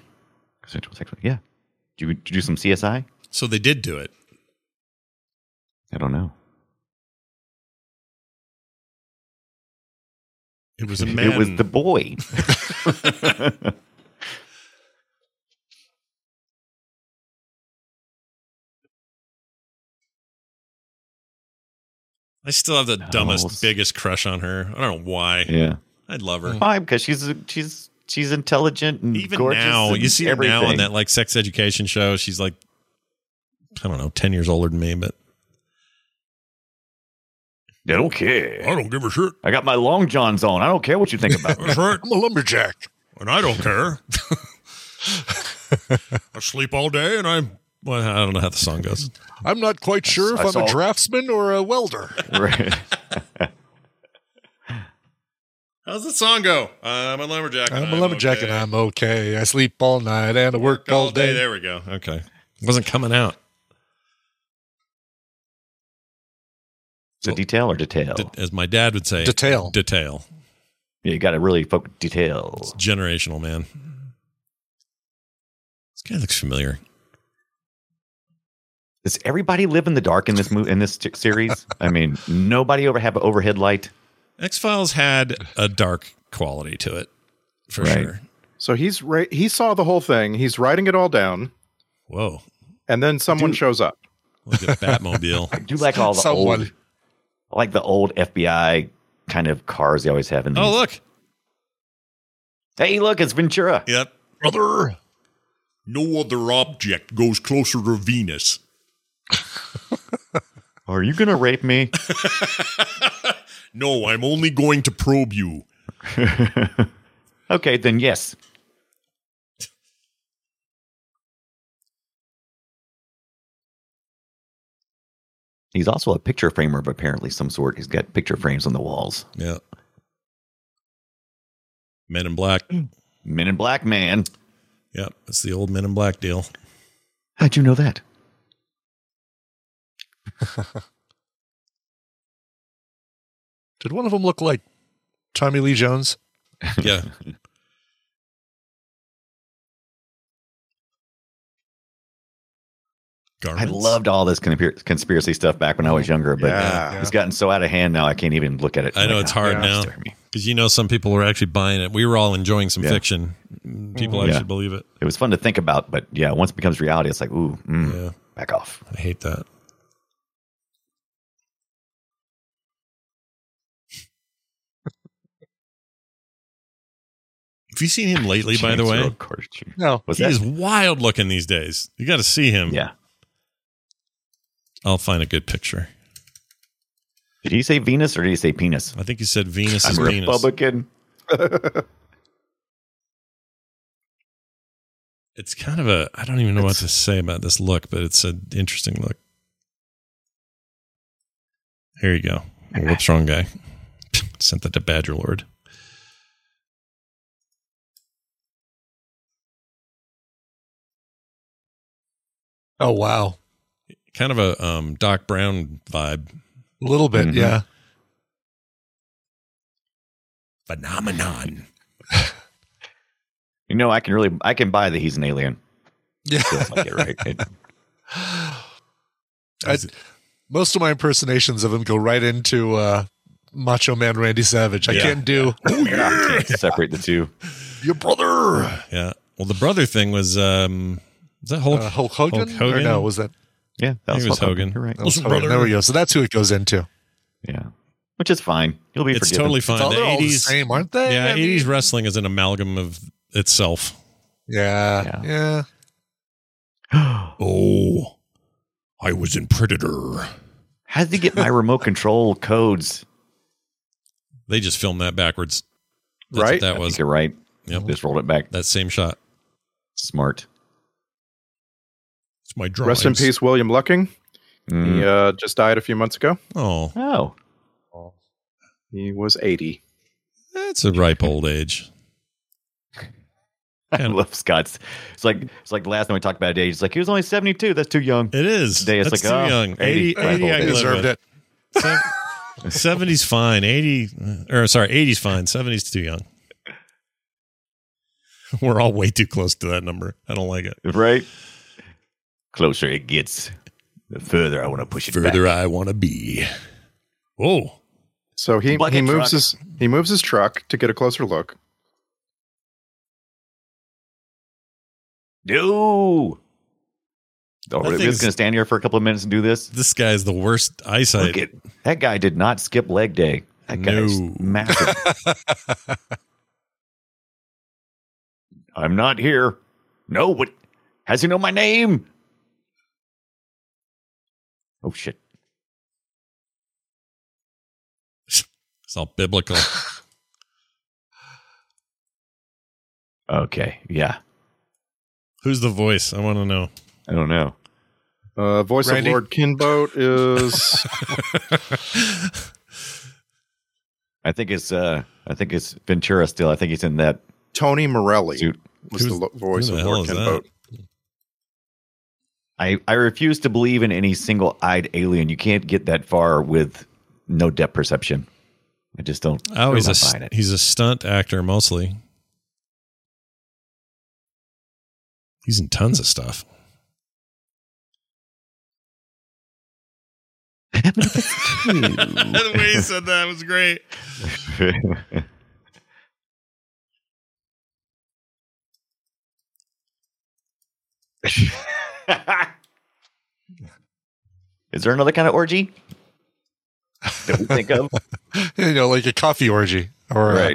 Speaker 4: Consensual sexual. Yeah. Did you, did you do some CSI?
Speaker 1: So they did do it.
Speaker 4: I don't know.
Speaker 1: It was a man.
Speaker 4: It was the boy.
Speaker 1: I still have the dumbest,
Speaker 4: Dolls.
Speaker 1: biggest crush on her. I don't know why.
Speaker 4: yeah. Mm-hmm.
Speaker 1: I love her.
Speaker 4: Why? Because she's she's she's intelligent and
Speaker 1: Even
Speaker 4: gorgeous.
Speaker 1: now,
Speaker 4: and
Speaker 1: you see her now on
Speaker 4: everything.
Speaker 1: that like sex education show. She's like, I don't know, ten years older than me, but
Speaker 4: I don't care.
Speaker 1: don't give a shit.
Speaker 4: I got my long johns on. I don't care what you think about. me.
Speaker 1: right,
Speaker 3: I'm a lumberjack.
Speaker 1: and I don't care. I sleep all day, and I'm. Well, I don't know how the song goes.
Speaker 3: I'm not quite sure if
Speaker 4: I
Speaker 3: I'm
Speaker 4: saw-
Speaker 3: a draftsman or a welder.
Speaker 4: Right.
Speaker 1: How's the song go? Uh, I'm a lumberjack.
Speaker 3: I'm a lumberjack and I'm okay. I sleep all night and I work all day.
Speaker 1: There we go. Okay, it wasn't coming out.
Speaker 4: Is it detail or detail?
Speaker 1: De- as my dad would say,
Speaker 3: Detail.
Speaker 1: detail.
Speaker 4: yeah, you got to really focus. Detail.
Speaker 1: It's generational, man. This guy looks familiar.
Speaker 4: Does everybody live in the dark in this movie in this t- series? I mean, nobody ever have an overhead light.
Speaker 1: X Files had a dark quality to it, for
Speaker 4: Right.
Speaker 1: sure.
Speaker 2: so he's right. He saw the whole thing. He's writing it all down,
Speaker 1: Whoa,
Speaker 2: and then someone
Speaker 4: Dude.
Speaker 2: shows up.
Speaker 1: like a Batmobile.
Speaker 4: I do like all the
Speaker 3: Someone.
Speaker 4: old, I like the old FBI kind of cars they always have in. These.
Speaker 1: oh, look.
Speaker 4: Hey, look, it's Ventura.
Speaker 1: Yep.
Speaker 3: Brother.
Speaker 1: No other object goes closer to Venus.
Speaker 4: Are you gonna rape me?
Speaker 1: no, I'm only going to probe you.
Speaker 4: okay, then yes. He's also a picture framer of apparently some sort. He's got picture frames on the walls.
Speaker 1: Yeah. Men in Black.
Speaker 4: Men in Black Man.
Speaker 1: Yep, it's the old Men in Black deal.
Speaker 4: How'd you know that?
Speaker 3: Did one of them look like Tommy Lee Jones?
Speaker 1: Yeah.
Speaker 4: I
Speaker 1: Garments?
Speaker 4: loved all this conspir- conspiracy stuff back when I was younger, but
Speaker 2: yeah.
Speaker 4: it's gotten so out of hand now I can't even look at it.
Speaker 1: I know,
Speaker 4: Like,
Speaker 1: it's
Speaker 4: oh,
Speaker 1: hard
Speaker 4: God,
Speaker 1: now.
Speaker 4: it's scaring me.
Speaker 1: because you know some people were actually buying it. We were all enjoying some
Speaker 4: Yeah.
Speaker 1: fiction. People
Speaker 4: Mhm.
Speaker 1: actually
Speaker 4: Yeah.
Speaker 1: believe it.
Speaker 4: It was fun to think about, but yeah, once it becomes reality, it's like, ooh, mm,
Speaker 1: Yeah,
Speaker 4: back off.
Speaker 1: I hate that. Have you seen him lately? by the
Speaker 4: James
Speaker 1: way,
Speaker 4: Earl Carter.
Speaker 3: No.
Speaker 4: Was
Speaker 1: he
Speaker 4: that?
Speaker 1: is wild looking these days. You got to see him.
Speaker 4: yeah.
Speaker 1: I'll find a good picture.
Speaker 4: Did he say Venus or did he say penis?
Speaker 1: I think you said Venus
Speaker 4: I'm
Speaker 1: is
Speaker 4: a
Speaker 1: penis.
Speaker 4: Republican.
Speaker 1: It's kind of a I don't even know what to say about this look, but it's an interesting look. Here you go. Whoops, wrong guy. Sent that to Badger Lord.
Speaker 3: Oh wow.
Speaker 1: Kind of a um, Doc Brown vibe.
Speaker 3: A little bit,
Speaker 4: Mhm.
Speaker 3: yeah.
Speaker 1: Phenomenon.
Speaker 4: You know, I can really, I can buy that he's an alien.
Speaker 3: Yeah.
Speaker 4: Feels like it, right? It-
Speaker 3: I, most of my impersonations of him go right into uh, Macho Man Randy Savage. I
Speaker 1: Oh, Yeah.
Speaker 3: can't do
Speaker 4: I can't separate the two.
Speaker 3: your brother.
Speaker 1: Yeah. Well, the brother thing was um, was that Hulk?
Speaker 3: Uh, Hulk Hogan?
Speaker 1: Hulk Hogan?
Speaker 3: Or no, was that,
Speaker 4: Yeah,
Speaker 1: I
Speaker 4: that
Speaker 1: think
Speaker 4: was,
Speaker 1: it was
Speaker 4: fucked up.
Speaker 1: Hogan.
Speaker 4: You're right.
Speaker 3: that was
Speaker 1: Listen,
Speaker 3: Hogan.
Speaker 1: brother.
Speaker 3: There we go. So that's who it goes into.
Speaker 4: Yeah, which is fine. You'll be
Speaker 1: it's
Speaker 4: forgiven.
Speaker 1: totally
Speaker 3: It's all,
Speaker 1: fine. The
Speaker 3: they're all the
Speaker 1: eighties,
Speaker 3: same, aren't they?
Speaker 1: yeah,
Speaker 3: I mean-
Speaker 1: eighties wrestling is an amalgam of itself.
Speaker 3: Yeah,
Speaker 4: Yeah.
Speaker 3: yeah.
Speaker 1: Oh, I was in Predator.
Speaker 4: How did he get my remote control codes?
Speaker 1: They just filmed that backwards. That's
Speaker 2: Right?
Speaker 1: What that
Speaker 4: I
Speaker 1: was
Speaker 4: think you're right.
Speaker 1: Yep.
Speaker 4: Just rolled it back.
Speaker 1: that same shot.
Speaker 4: Smart.
Speaker 1: It's my drawings.
Speaker 2: Rest in peace, William Lucking.
Speaker 4: Mm.
Speaker 2: He uh, just died a few months ago.
Speaker 1: Oh,
Speaker 4: Oh,
Speaker 2: He was 80.
Speaker 1: that's a ripe old age.
Speaker 4: I
Speaker 1: And-
Speaker 4: love Scott's. It's like it's like last time we talked about age. It's like he was only seventy two. That's too young.
Speaker 1: It is.
Speaker 4: Today it's
Speaker 1: that's
Speaker 4: like,
Speaker 1: too
Speaker 4: oh,
Speaker 1: young. 80,
Speaker 4: 80,
Speaker 1: 80,
Speaker 4: ripe old
Speaker 1: I can
Speaker 4: age. live
Speaker 3: He deserved it.
Speaker 1: it. Seventies fine. Eighty or sorry, eighties fine. Seventies too young. We're all way too close to that number. I don't like it.
Speaker 4: Right. Closer it gets, the further I want to push it
Speaker 1: Further,
Speaker 4: back.
Speaker 1: I want to be. Oh,
Speaker 2: So he,
Speaker 4: Bucket
Speaker 2: he moves
Speaker 4: truck.
Speaker 2: his he moves his truck to get a closer look.
Speaker 4: No. Oh,
Speaker 1: That
Speaker 4: we're
Speaker 1: thing's-
Speaker 4: just gonna stand here for a couple of minutes and do this.
Speaker 1: this guy is the worst eyesight.
Speaker 4: Look at that guy. Did not skip leg day. That guy's
Speaker 1: No.
Speaker 4: massive. I'm not here. No, what? How does he know my name? Oh shit!
Speaker 1: It's all biblical.
Speaker 4: Okay, yeah.
Speaker 1: Who's the voice? I want to know.
Speaker 4: I don't know.
Speaker 2: Uh, voice
Speaker 3: Randy?
Speaker 2: of Lord Kinboat is
Speaker 4: I think it's uh, I think it's Ventura still. I think he's in that
Speaker 2: Tony Morelli.
Speaker 4: suit.
Speaker 2: Was the
Speaker 1: Who's-
Speaker 2: lo- voice
Speaker 1: who the
Speaker 2: of
Speaker 1: hell
Speaker 2: Lord
Speaker 1: is
Speaker 2: Kinboat.
Speaker 4: I I refuse to believe in any single-eyed alien. You can't get that far with no depth perception. I just don't.
Speaker 1: Oh, he's
Speaker 4: I'm
Speaker 1: a
Speaker 4: not buying
Speaker 1: st-
Speaker 4: it.
Speaker 1: he's a stunt actor mostly. He's in tons of stuff. the way he said that was great.
Speaker 4: Is there another kind of orgy that we think of?
Speaker 3: you know, like a coffee orgy or uh,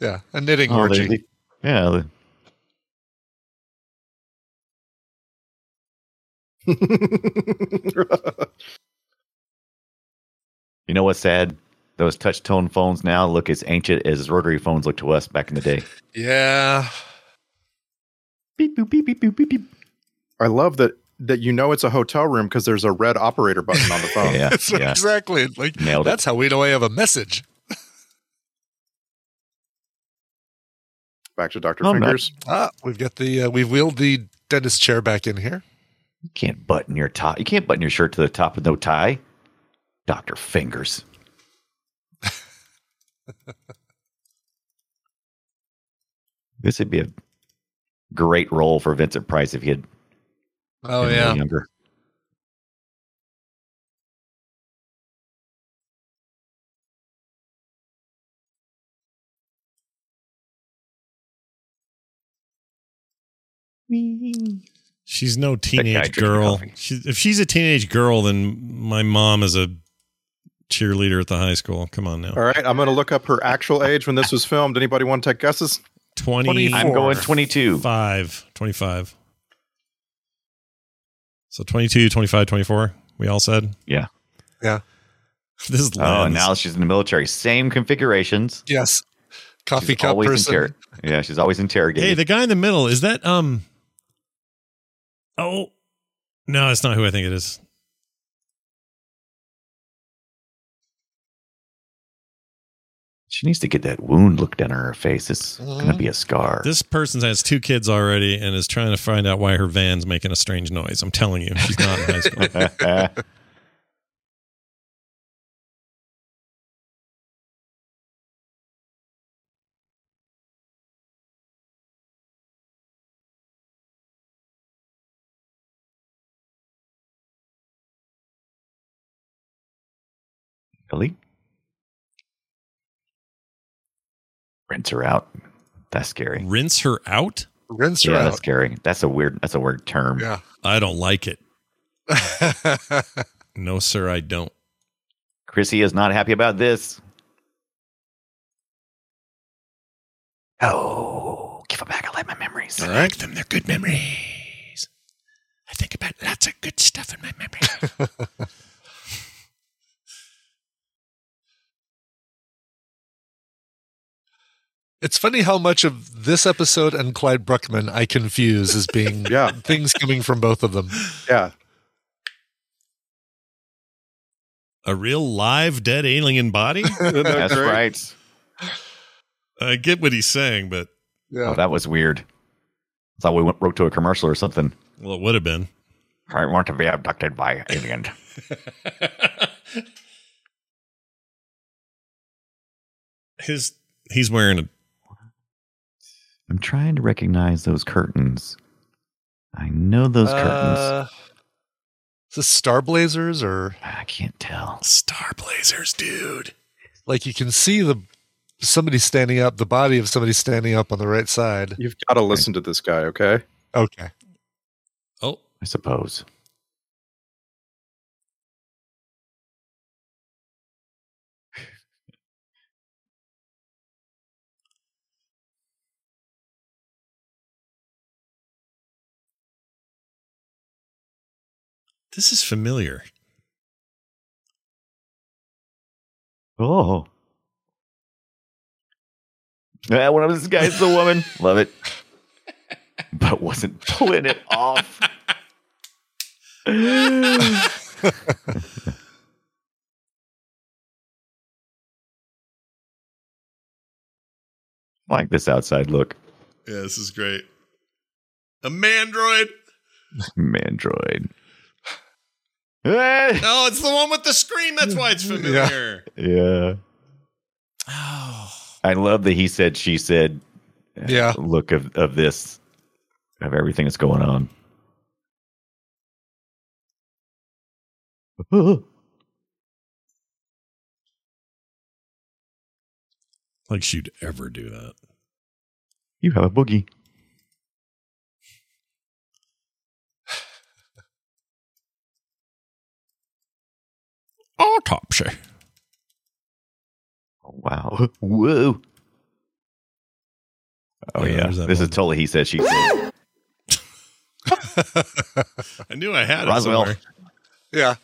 Speaker 3: yeah, a knitting
Speaker 4: Oh,
Speaker 3: orgy.
Speaker 4: there's the- yeah. the- You know what's sad? Those touch tone phones now look as ancient as rotary phones looked to us back in the day.
Speaker 3: Yeah.
Speaker 4: Beep, boop, beep, beep, boop, beep, beep.
Speaker 2: I love that that you know it's a hotel room because there's a red operator button on the phone.
Speaker 4: Yeah,
Speaker 3: That's
Speaker 4: yeah.
Speaker 3: exactly like
Speaker 4: Nailed it.
Speaker 3: that's how we know I have a message.
Speaker 2: Back to Doctor
Speaker 4: No, I'm not.
Speaker 2: Fingers.
Speaker 3: Ah, we've got the uh, we've wheeled the dentist chair back in here.
Speaker 4: You can't button your top. You can't button your shirt to the top with no tie. Doctor Fingers. This would be a great role for Vincent Price if he had
Speaker 3: Oh
Speaker 4: been a
Speaker 3: yeah.
Speaker 4: little younger.
Speaker 6: She's no
Speaker 4: guy
Speaker 6: teenage
Speaker 4: drinking
Speaker 6: girl.
Speaker 4: coffee.
Speaker 6: She, if she's a teenage girl, then my mom is a cheerleader at the high school. Come on now.
Speaker 2: All right, I'm going to look up her actual age when this was filmed. Anybody want to take guesses?
Speaker 6: 25.
Speaker 4: I'm going 22.
Speaker 6: 25. So 22, 25, 24, we all said.
Speaker 4: Yeah.
Speaker 3: Yeah.
Speaker 6: This is
Speaker 4: Oh,
Speaker 6: lens.
Speaker 4: and now she's in the military. Same configurations.
Speaker 3: Yes. Coffee
Speaker 4: She's
Speaker 3: cup
Speaker 4: always
Speaker 3: person.
Speaker 4: interro- yeah, she's always interrogated.
Speaker 6: Hey, the guy in the middle, is that um Oh no, it's not who I think it is.
Speaker 4: she needs to get that wound looked down on her face. It's gonna
Speaker 3: Mhm.
Speaker 4: be a scar.
Speaker 6: This person has two kids already and is trying to find out why her van's making a strange noise. I'm telling you, she's not in high school.
Speaker 4: Billy? Rinse her out. That's scary.
Speaker 6: Rinse her out?
Speaker 3: Rinse her
Speaker 4: yeah, that's
Speaker 3: out.
Speaker 4: scary. That's a weird that's a weird term.
Speaker 3: Yeah.
Speaker 6: I don't like it. No, sir, I don't.
Speaker 4: Chrissy is not happy about this. Oh, give it back. I like my memories.
Speaker 6: I like them. They're good memories. I think about lots of good stuff in my memory.
Speaker 3: it's funny how much of this episode and Clyde Bruckman I confuse as being
Speaker 2: Yeah,
Speaker 3: things coming from both of them.
Speaker 2: yeah.
Speaker 6: a real live dead alien body?
Speaker 2: Isn't that
Speaker 4: That's
Speaker 2: great?
Speaker 4: right.
Speaker 6: I get what he's saying, but
Speaker 4: Oh,
Speaker 3: Yeah.
Speaker 4: that was weird. I thought we went broke to a commercial or something.
Speaker 6: well, it would have been.
Speaker 4: I want to be abducted by alien.
Speaker 6: His he's wearing a
Speaker 4: I'm trying to recognize those curtains. I know those curtains.
Speaker 3: Uh, Is this Star Blazers or
Speaker 4: I can't tell.
Speaker 6: star blazers, dude.
Speaker 3: like you can see the somebody standing up, the body of somebody standing up on the right side.
Speaker 2: You've got to listen to this guy, okay?
Speaker 3: Okay.
Speaker 6: Oh,
Speaker 4: I suppose.
Speaker 6: this is familiar.
Speaker 4: Oh. Yeah, one of those guys is a woman. Love it. But wasn't pulling it off. like this outside look.
Speaker 6: Yeah, this is great. A mandroid.
Speaker 4: Mandroid. Eh,
Speaker 6: Oh, it's the one with the screen. That's why it's familiar.
Speaker 4: yeah.
Speaker 6: Oh,
Speaker 4: I love the he said, she said
Speaker 3: Yeah.
Speaker 4: look of, of this, of everything that's going on. Oh,
Speaker 6: like she'd ever do that.
Speaker 4: You have a boogie.
Speaker 6: Autopsy.
Speaker 4: Oh, wow. Whoa. Oh,
Speaker 6: Yeah,
Speaker 4: yeah.
Speaker 6: there's
Speaker 4: This
Speaker 6: that
Speaker 4: is
Speaker 6: one.
Speaker 4: totally he said, she said.
Speaker 6: I knew I had it
Speaker 4: Roswell.
Speaker 6: somewhere.
Speaker 3: Yeah.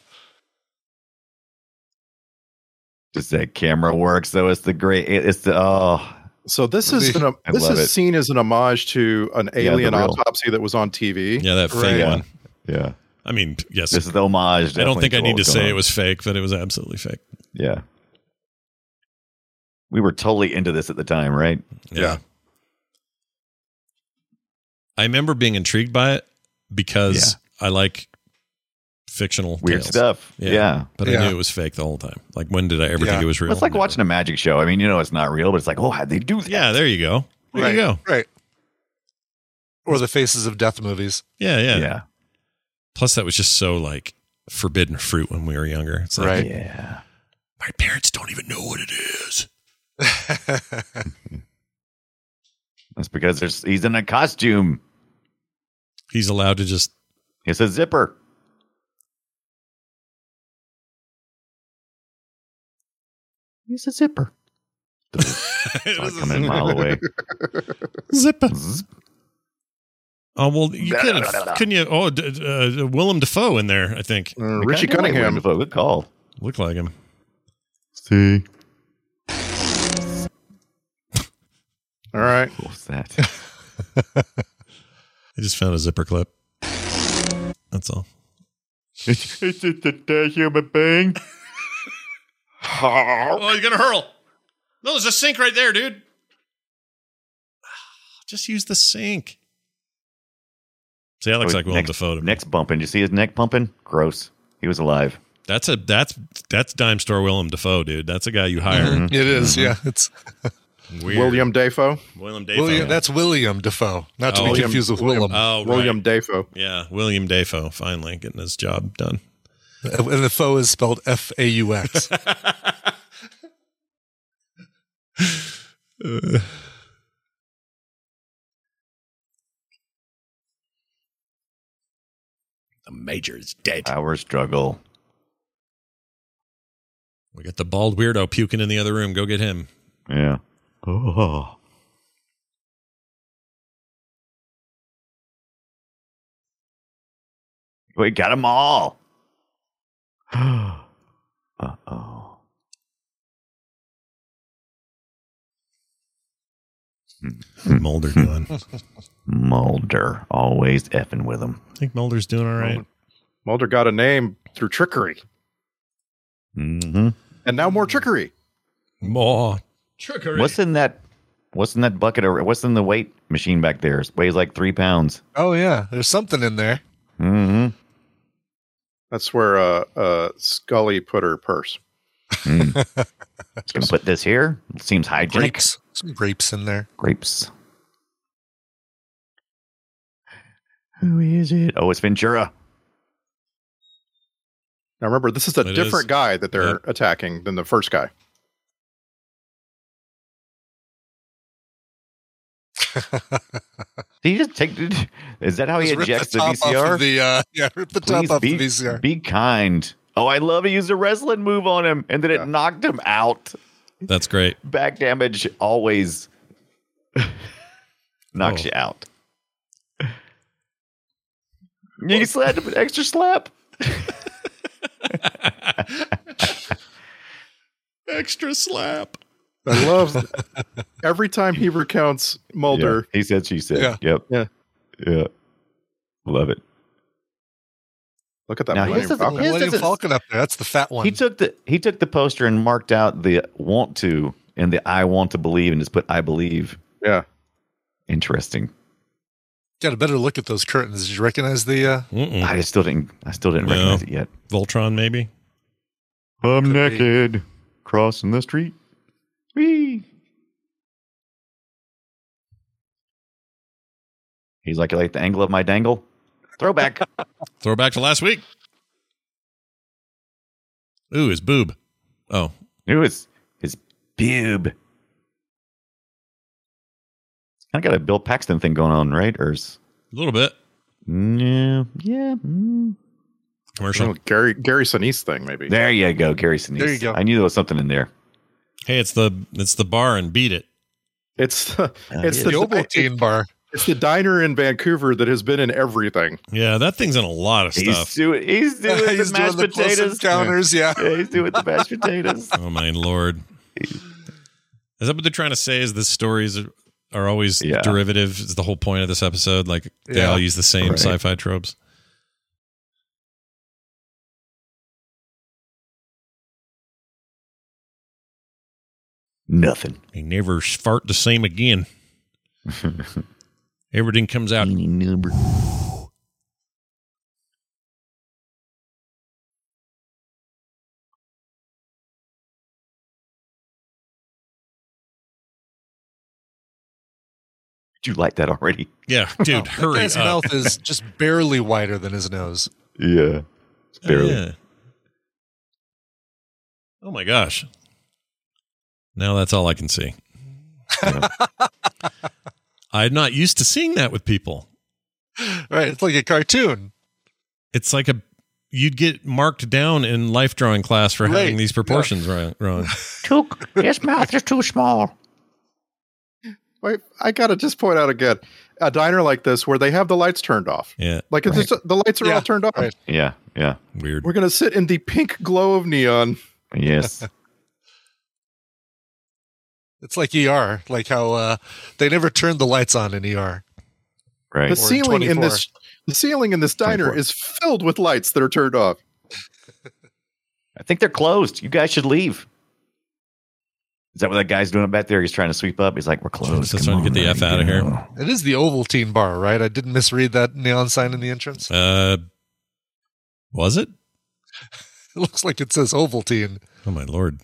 Speaker 4: Just that camera works, though. It's the great, it- it's the, oh,
Speaker 2: So this is an,
Speaker 4: I
Speaker 2: this
Speaker 4: love
Speaker 2: is
Speaker 4: it.
Speaker 2: seen as an homage to an
Speaker 4: the
Speaker 2: alien
Speaker 4: real-
Speaker 2: autopsy that was on TV.
Speaker 6: Yeah, that
Speaker 3: Right.
Speaker 6: fake one.
Speaker 4: yeah.
Speaker 6: I mean, yes.
Speaker 4: This is the homage.
Speaker 6: I don't
Speaker 4: definitely
Speaker 6: think I
Speaker 4: what
Speaker 6: need to
Speaker 4: was
Speaker 6: say
Speaker 4: going
Speaker 6: it
Speaker 4: on.
Speaker 6: was fake, but it was absolutely fake.
Speaker 4: Yeah. We were totally into this at the time, right?
Speaker 6: Yeah.
Speaker 3: Yeah.
Speaker 6: I remember being intrigued by it because I like fictional
Speaker 4: Weird
Speaker 6: tales.
Speaker 4: stuff. Yeah.
Speaker 6: Yeah. But I
Speaker 3: Yeah.
Speaker 6: knew it was fake the whole time. Like, when did I ever
Speaker 3: Yeah.
Speaker 6: think it was real?
Speaker 4: It's like watching a magic show. I mean, you know, it's not real, but it's like, oh, how'd they do that?
Speaker 6: Yeah, there you go. There
Speaker 3: right.
Speaker 6: you go.
Speaker 3: Right. Or the Faces of Death movies.
Speaker 6: Yeah, yeah,
Speaker 4: Yeah. Yeah.
Speaker 6: Plus, that was just so like forbidden fruit when we were younger. It's like,
Speaker 3: Right.
Speaker 6: my parents don't even know what it is.
Speaker 3: Mm-hmm.
Speaker 4: That's because there's he's in a costume.
Speaker 6: He's allowed to just
Speaker 4: It's a zipper.
Speaker 7: He's a zipper.
Speaker 4: It's coming in a mile away.
Speaker 6: zip.
Speaker 4: Zzz.
Speaker 6: Oh well, you couldn't, couldn't you? Oh, d- d- uh, Willem Dafoe in there, I think.
Speaker 2: Uh, Richie
Speaker 4: Kinda like
Speaker 2: Cunningham.
Speaker 4: Wonderful. Good call.
Speaker 6: Look like him.
Speaker 4: See.
Speaker 2: All right.
Speaker 4: What's that?
Speaker 6: I just found a zipper clip. That's all.
Speaker 4: Is it the dash of a bang?
Speaker 6: Oh, you're gonna hurl. No, there's a sink right there, dude. Just use the sink. See, that looks
Speaker 4: Oh,
Speaker 6: like Willem
Speaker 4: next-
Speaker 6: Dafoe to me.
Speaker 4: Neck's bumping. Did you see his neck pumping? Gross. He was alive.
Speaker 6: That's a that's that's dime store Willem Dafoe, dude. That's a guy you hire.
Speaker 4: Mhm.
Speaker 3: It is, yeah. It's
Speaker 6: Weird.
Speaker 2: William Defoe.
Speaker 6: William Dafoe.
Speaker 3: William. That's William Defoe, not to
Speaker 6: Oh.
Speaker 3: be
Speaker 6: William-
Speaker 3: confused with Willem.
Speaker 6: oh, right.
Speaker 2: William Defoe.
Speaker 6: Yeah, William Dafoe finally getting his job done. Uh,
Speaker 3: and the foe is spelled F A U X.
Speaker 6: The major is dead.
Speaker 4: Our struggle.
Speaker 6: We got the bald weirdo puking in the other room. Go get him.
Speaker 4: Yeah. Oh. We got them all. uh oh.
Speaker 6: Mulder doing. I
Speaker 4: Mulder always effing with him.
Speaker 6: think Mulder's doing all right.
Speaker 2: Mulder got a name through trickery,
Speaker 4: Mm-hmm.
Speaker 2: and now more trickery.
Speaker 6: More trickery.
Speaker 4: What's in that? What's in that bucket? Or what's in the weight machine back there? It weighs like three pounds.
Speaker 3: oh yeah, there's something in there.
Speaker 4: Mm-hmm.
Speaker 2: That's where uh, uh, Scully put her purse.
Speaker 4: Gonna put this here. It seems hygienic.
Speaker 3: Grapes. Some grapes in there.
Speaker 4: Grapes. Who is it? Oh, it's Ventura.
Speaker 2: Now remember, this is a
Speaker 6: It
Speaker 2: different
Speaker 6: is.
Speaker 2: guy that they're
Speaker 6: Yep.
Speaker 2: attacking than the first guy.
Speaker 4: Did he just take? Did, is that how he
Speaker 3: Just rip
Speaker 4: ejects Oh, the,
Speaker 3: off
Speaker 4: VCR?
Speaker 3: of the uh, yeah, rip the top
Speaker 4: Please
Speaker 3: off
Speaker 4: be,
Speaker 3: the VCR.
Speaker 4: be kind. Oh, I love he used a wrestling move on him, and then
Speaker 2: Yeah.
Speaker 4: it knocked him out.
Speaker 6: That's great.
Speaker 4: Back damage always knocks
Speaker 6: Oh.
Speaker 4: you out. You slap an extra slap.
Speaker 6: Extra slap.
Speaker 2: I love every time he recounts Mulder.
Speaker 4: Yeah. He said, she said.
Speaker 3: Yeah.
Speaker 4: Yep.
Speaker 2: Yeah.
Speaker 4: Yeah. Love it.
Speaker 2: Look at that.
Speaker 4: Now,
Speaker 2: Millennium
Speaker 4: here's the-
Speaker 2: Falcon.
Speaker 4: his
Speaker 3: Millennium
Speaker 4: doesn't-
Speaker 3: Falcon up there. That's the fat one.
Speaker 4: He took the he took the poster and marked out the want to and the I want to believe and just put I believe.
Speaker 2: Yeah.
Speaker 4: Interesting.
Speaker 3: Got a better look at those curtains. Did you recognize the? Uh,
Speaker 6: Mm-mm.
Speaker 4: I just still didn't I still didn't
Speaker 6: No.
Speaker 4: recognize it yet.
Speaker 6: Voltron, maybe.
Speaker 4: I'm
Speaker 3: Could be.
Speaker 4: naked, crossing the street. Whee. He's like, you like the angle of my dangle? Throwback.
Speaker 6: Throwback to last week. Ooh, his boob. Oh,
Speaker 4: it was his boob. It's kind of got a Bill Paxton thing going on, right? Or is,
Speaker 6: a little bit.
Speaker 4: yeah, yeah. mm.
Speaker 6: Commercial.
Speaker 2: Oh, Gary Gary Sinise thing maybe.
Speaker 4: There you go, Gary Sinise.
Speaker 3: There you go.
Speaker 4: I knew there was something in there.
Speaker 6: Hey, it's the it's the bar and beat it.
Speaker 2: It's the, it's
Speaker 4: yeah.
Speaker 2: the,
Speaker 3: the Ovaltine bar.
Speaker 2: it's the diner in Vancouver that has been in everything.
Speaker 6: Yeah, that thing's in a lot of
Speaker 4: He's
Speaker 6: stuff.
Speaker 4: doing, he's doing the mashed
Speaker 3: the Close
Speaker 4: potatoes.
Speaker 3: Encounters, yeah.
Speaker 4: Yeah, he's doing the mashed potatoes.
Speaker 6: oh my lord. Is that what they're trying to say? Is the stories are, are always
Speaker 4: Yeah.
Speaker 6: derivative? Is the whole point of this episode? Like they
Speaker 3: Yeah.
Speaker 6: all use the same
Speaker 4: Right.
Speaker 6: sci-fi tropes.
Speaker 4: Nothing.
Speaker 6: They never fart the same again. Everything comes out.
Speaker 4: Any number. you like that already?
Speaker 6: Yeah, dude, hurry
Speaker 3: His
Speaker 6: up.
Speaker 3: mouth is just barely wider than his nose.
Speaker 4: Yeah. Barely.
Speaker 6: Yeah. Oh my gosh. Now that's all I can see. I'm not used to seeing that with people.
Speaker 3: Right, it's like a cartoon.
Speaker 6: It's like a you'd get marked down in life drawing class for having
Speaker 3: Right.
Speaker 6: these proportions wrong. wrong.
Speaker 8: Too, his mouth is too small.
Speaker 2: Wait, I gotta just point out again a diner like this where they have the lights turned off.
Speaker 6: Yeah,
Speaker 2: Like it's just, the lights are
Speaker 3: Yeah,
Speaker 2: all turned off.
Speaker 3: right.
Speaker 4: Yeah. Yeah.
Speaker 6: weird.
Speaker 2: We're gonna sit in the pink glow of neon.
Speaker 4: Yes.
Speaker 3: It's like ER, like how uh, they never turned the lights on in ER.
Speaker 4: Right.
Speaker 2: The
Speaker 3: Or
Speaker 2: ceiling in
Speaker 3: 24.
Speaker 2: this the ceiling in this diner
Speaker 4: 24.
Speaker 2: is filled with lights that are turned off.
Speaker 4: I think they're closed. You guys should leave. Is that what that guy's doing back there? He's trying to sweep up. He's like, we're closed. Come
Speaker 6: Just trying to
Speaker 4: on,
Speaker 6: get the
Speaker 4: let
Speaker 6: F
Speaker 4: me
Speaker 6: outta here.
Speaker 4: go."
Speaker 3: It is the Ovaltine bar, right? I didn't misread that neon sign in the entrance.
Speaker 6: Uh, was it?
Speaker 3: It looks like it says Ovaltine.
Speaker 6: Oh my lord.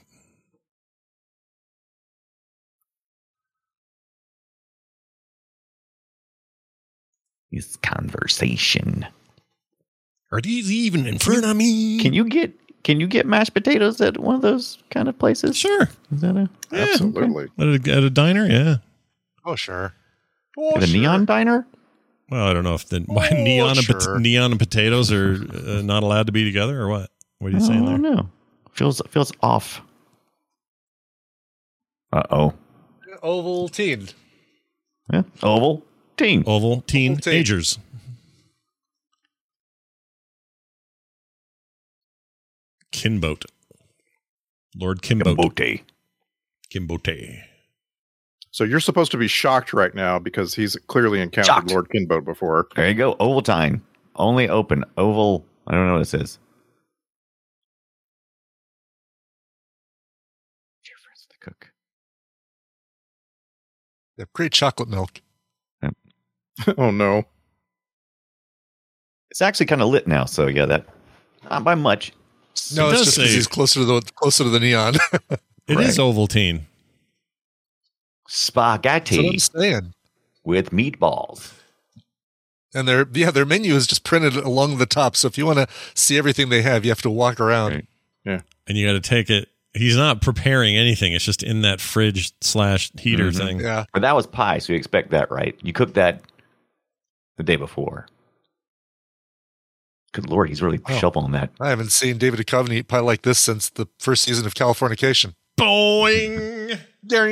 Speaker 4: It's conversation.
Speaker 6: Are these even in front of me?
Speaker 4: Can you get can you get mashed potatoes at one of those kind of places?
Speaker 6: Sure.
Speaker 4: Is that a,
Speaker 6: Yeah.
Speaker 2: Absolutely.
Speaker 6: At a, at a diner, yeah.
Speaker 3: Oh, sure.
Speaker 4: at a neon diner?
Speaker 6: Well, I don't know if the why
Speaker 3: Oh,
Speaker 6: neon and pot-
Speaker 3: sure.
Speaker 6: neon and potatoes are uh, not allowed to be together or what? What are you saying there?
Speaker 4: No. Feels feels off. Uh oh.
Speaker 3: Ovaltine.
Speaker 4: Yeah. Oval. Team.
Speaker 6: Oval teen
Speaker 3: teen.
Speaker 6: agers. Kinboat. Lord Kimboat.
Speaker 4: Mbote.
Speaker 6: Kimbote.
Speaker 2: So you're supposed to be shocked right now because he's clearly encountered
Speaker 4: Shocked.
Speaker 2: Lord Kinboat before.
Speaker 4: There you go. Oval time. Only open. Oval. I don't know what it says. Dear friends, the cook.
Speaker 3: They have great chocolate milk.
Speaker 2: oh no.
Speaker 4: It's actually kind of lit now, so yeah, that not by much.
Speaker 3: No,
Speaker 6: It
Speaker 3: it's
Speaker 6: does
Speaker 3: just because
Speaker 6: say-
Speaker 3: he's closer to the closer to the neon.
Speaker 6: It is
Speaker 4: Right.
Speaker 6: Oval teen.
Speaker 3: That's what
Speaker 4: Spaghetti
Speaker 3: I'm saying.
Speaker 4: with meatballs.
Speaker 3: And their yeah, their menu is just printed along the top. So if you want to see everything they have, you have to walk around.
Speaker 4: Right.
Speaker 6: And you got to take it. He's not preparing anything. It's just in that fridge slash heater
Speaker 4: Mhm.
Speaker 6: thing.
Speaker 3: Yeah,
Speaker 4: But that was pie, so you expect that, right? You cook that the day before. Good lord, he's really
Speaker 3: Wow.
Speaker 4: shoveling that.
Speaker 3: I haven't seen David Duchovny eat pie like this since the first season of Californication.
Speaker 6: Boing. there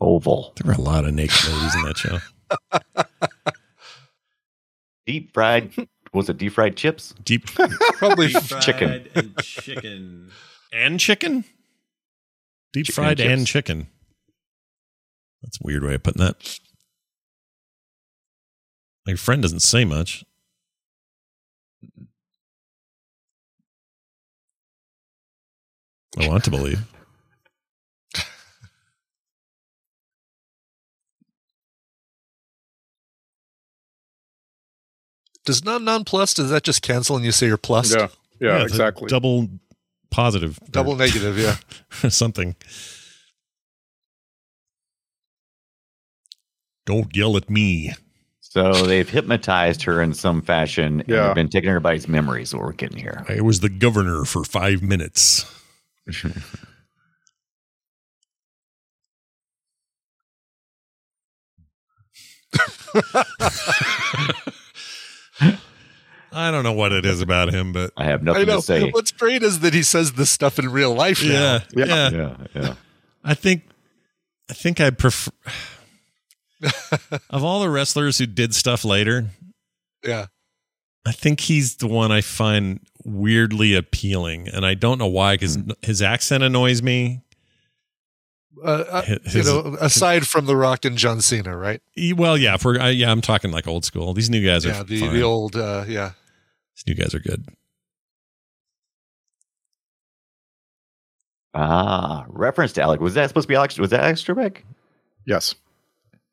Speaker 4: Oval.
Speaker 6: were a lot of naked ladies in that show.
Speaker 4: Deep fried was it deep fried chips?
Speaker 6: Deep
Speaker 3: Probably
Speaker 4: Chicken.
Speaker 6: and chicken. And chicken? Deep
Speaker 4: Chicken
Speaker 6: fried
Speaker 4: and
Speaker 6: and
Speaker 4: chips.
Speaker 6: chicken. That's a weird way of putting that. My friend doesn't say much. I want to believe.
Speaker 3: does non non plus does that just cancel and you say you're plus?
Speaker 2: Yeah. Yeah,
Speaker 6: it's a
Speaker 2: exactly.
Speaker 6: Double positive. or
Speaker 3: Double negative, yeah.
Speaker 6: something. Don't yell at me.
Speaker 4: So they've hypnotized her in some fashion and
Speaker 2: Yeah.
Speaker 4: they've been taking everybody's memories what we're getting here.
Speaker 6: I was the governor for five minutes. I don't know what it is about him, but
Speaker 4: I have
Speaker 3: I
Speaker 4: nothing
Speaker 3: know.
Speaker 4: to say.
Speaker 3: What's great is that he says this stuff in real life now.
Speaker 6: yeah, yeah,
Speaker 2: Yeah.
Speaker 4: Yeah, yeah.
Speaker 6: I think, I think I prefer. of all the wrestlers who did stuff later,
Speaker 3: Yeah.
Speaker 6: I think he's the one I find weirdly appealing, and I don't know why because
Speaker 4: Hmm.
Speaker 6: his accent annoys me.
Speaker 3: Uh, uh,
Speaker 6: His-
Speaker 3: you know, aside from The Rock and John Cena, right?
Speaker 6: E- Well, yeah, if we're, I, yeah, I'm talking like old school. These new guys are
Speaker 3: yeah, the,
Speaker 6: fine.
Speaker 3: the old, uh, yeah.
Speaker 6: These new guys are good.
Speaker 4: Ah, reference to Alex. Was that supposed to be Alex? Was that Alex Trebek?
Speaker 2: Yes.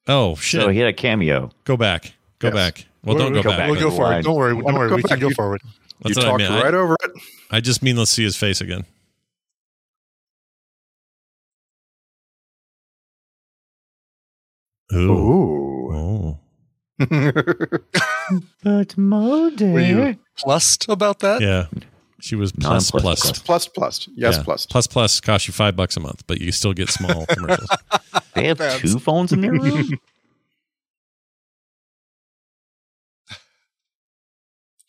Speaker 6: Oh shit!
Speaker 4: So he had a cameo.
Speaker 6: go back. Go
Speaker 2: Yes.
Speaker 6: back. Well, don't go,
Speaker 4: Go
Speaker 6: back.
Speaker 4: back.
Speaker 3: We'll go
Speaker 4: to the
Speaker 3: forward.
Speaker 4: line.
Speaker 3: Don't worry. Don't
Speaker 2: Wanna
Speaker 3: worry.
Speaker 2: go
Speaker 3: We can
Speaker 2: back?
Speaker 3: go
Speaker 2: You-
Speaker 3: forward.
Speaker 6: That's
Speaker 2: you
Speaker 6: what I
Speaker 2: talked
Speaker 6: meant. I-
Speaker 2: right over it.
Speaker 6: I, just mean let's see his face again. Ooh.
Speaker 2: Ooh.
Speaker 6: Oh.
Speaker 9: But
Speaker 3: Were
Speaker 9: Mulder.
Speaker 3: you plussed about that?
Speaker 6: Yeah. She was plus
Speaker 4: Non-plus,
Speaker 6: plus.
Speaker 4: plus.
Speaker 2: Plus, plus. Yes,
Speaker 6: Yeah.
Speaker 2: plus.
Speaker 6: Plus plus costs you five bucks a month, but you still get small commercials.
Speaker 4: They have two phones in their room.
Speaker 6: Ew,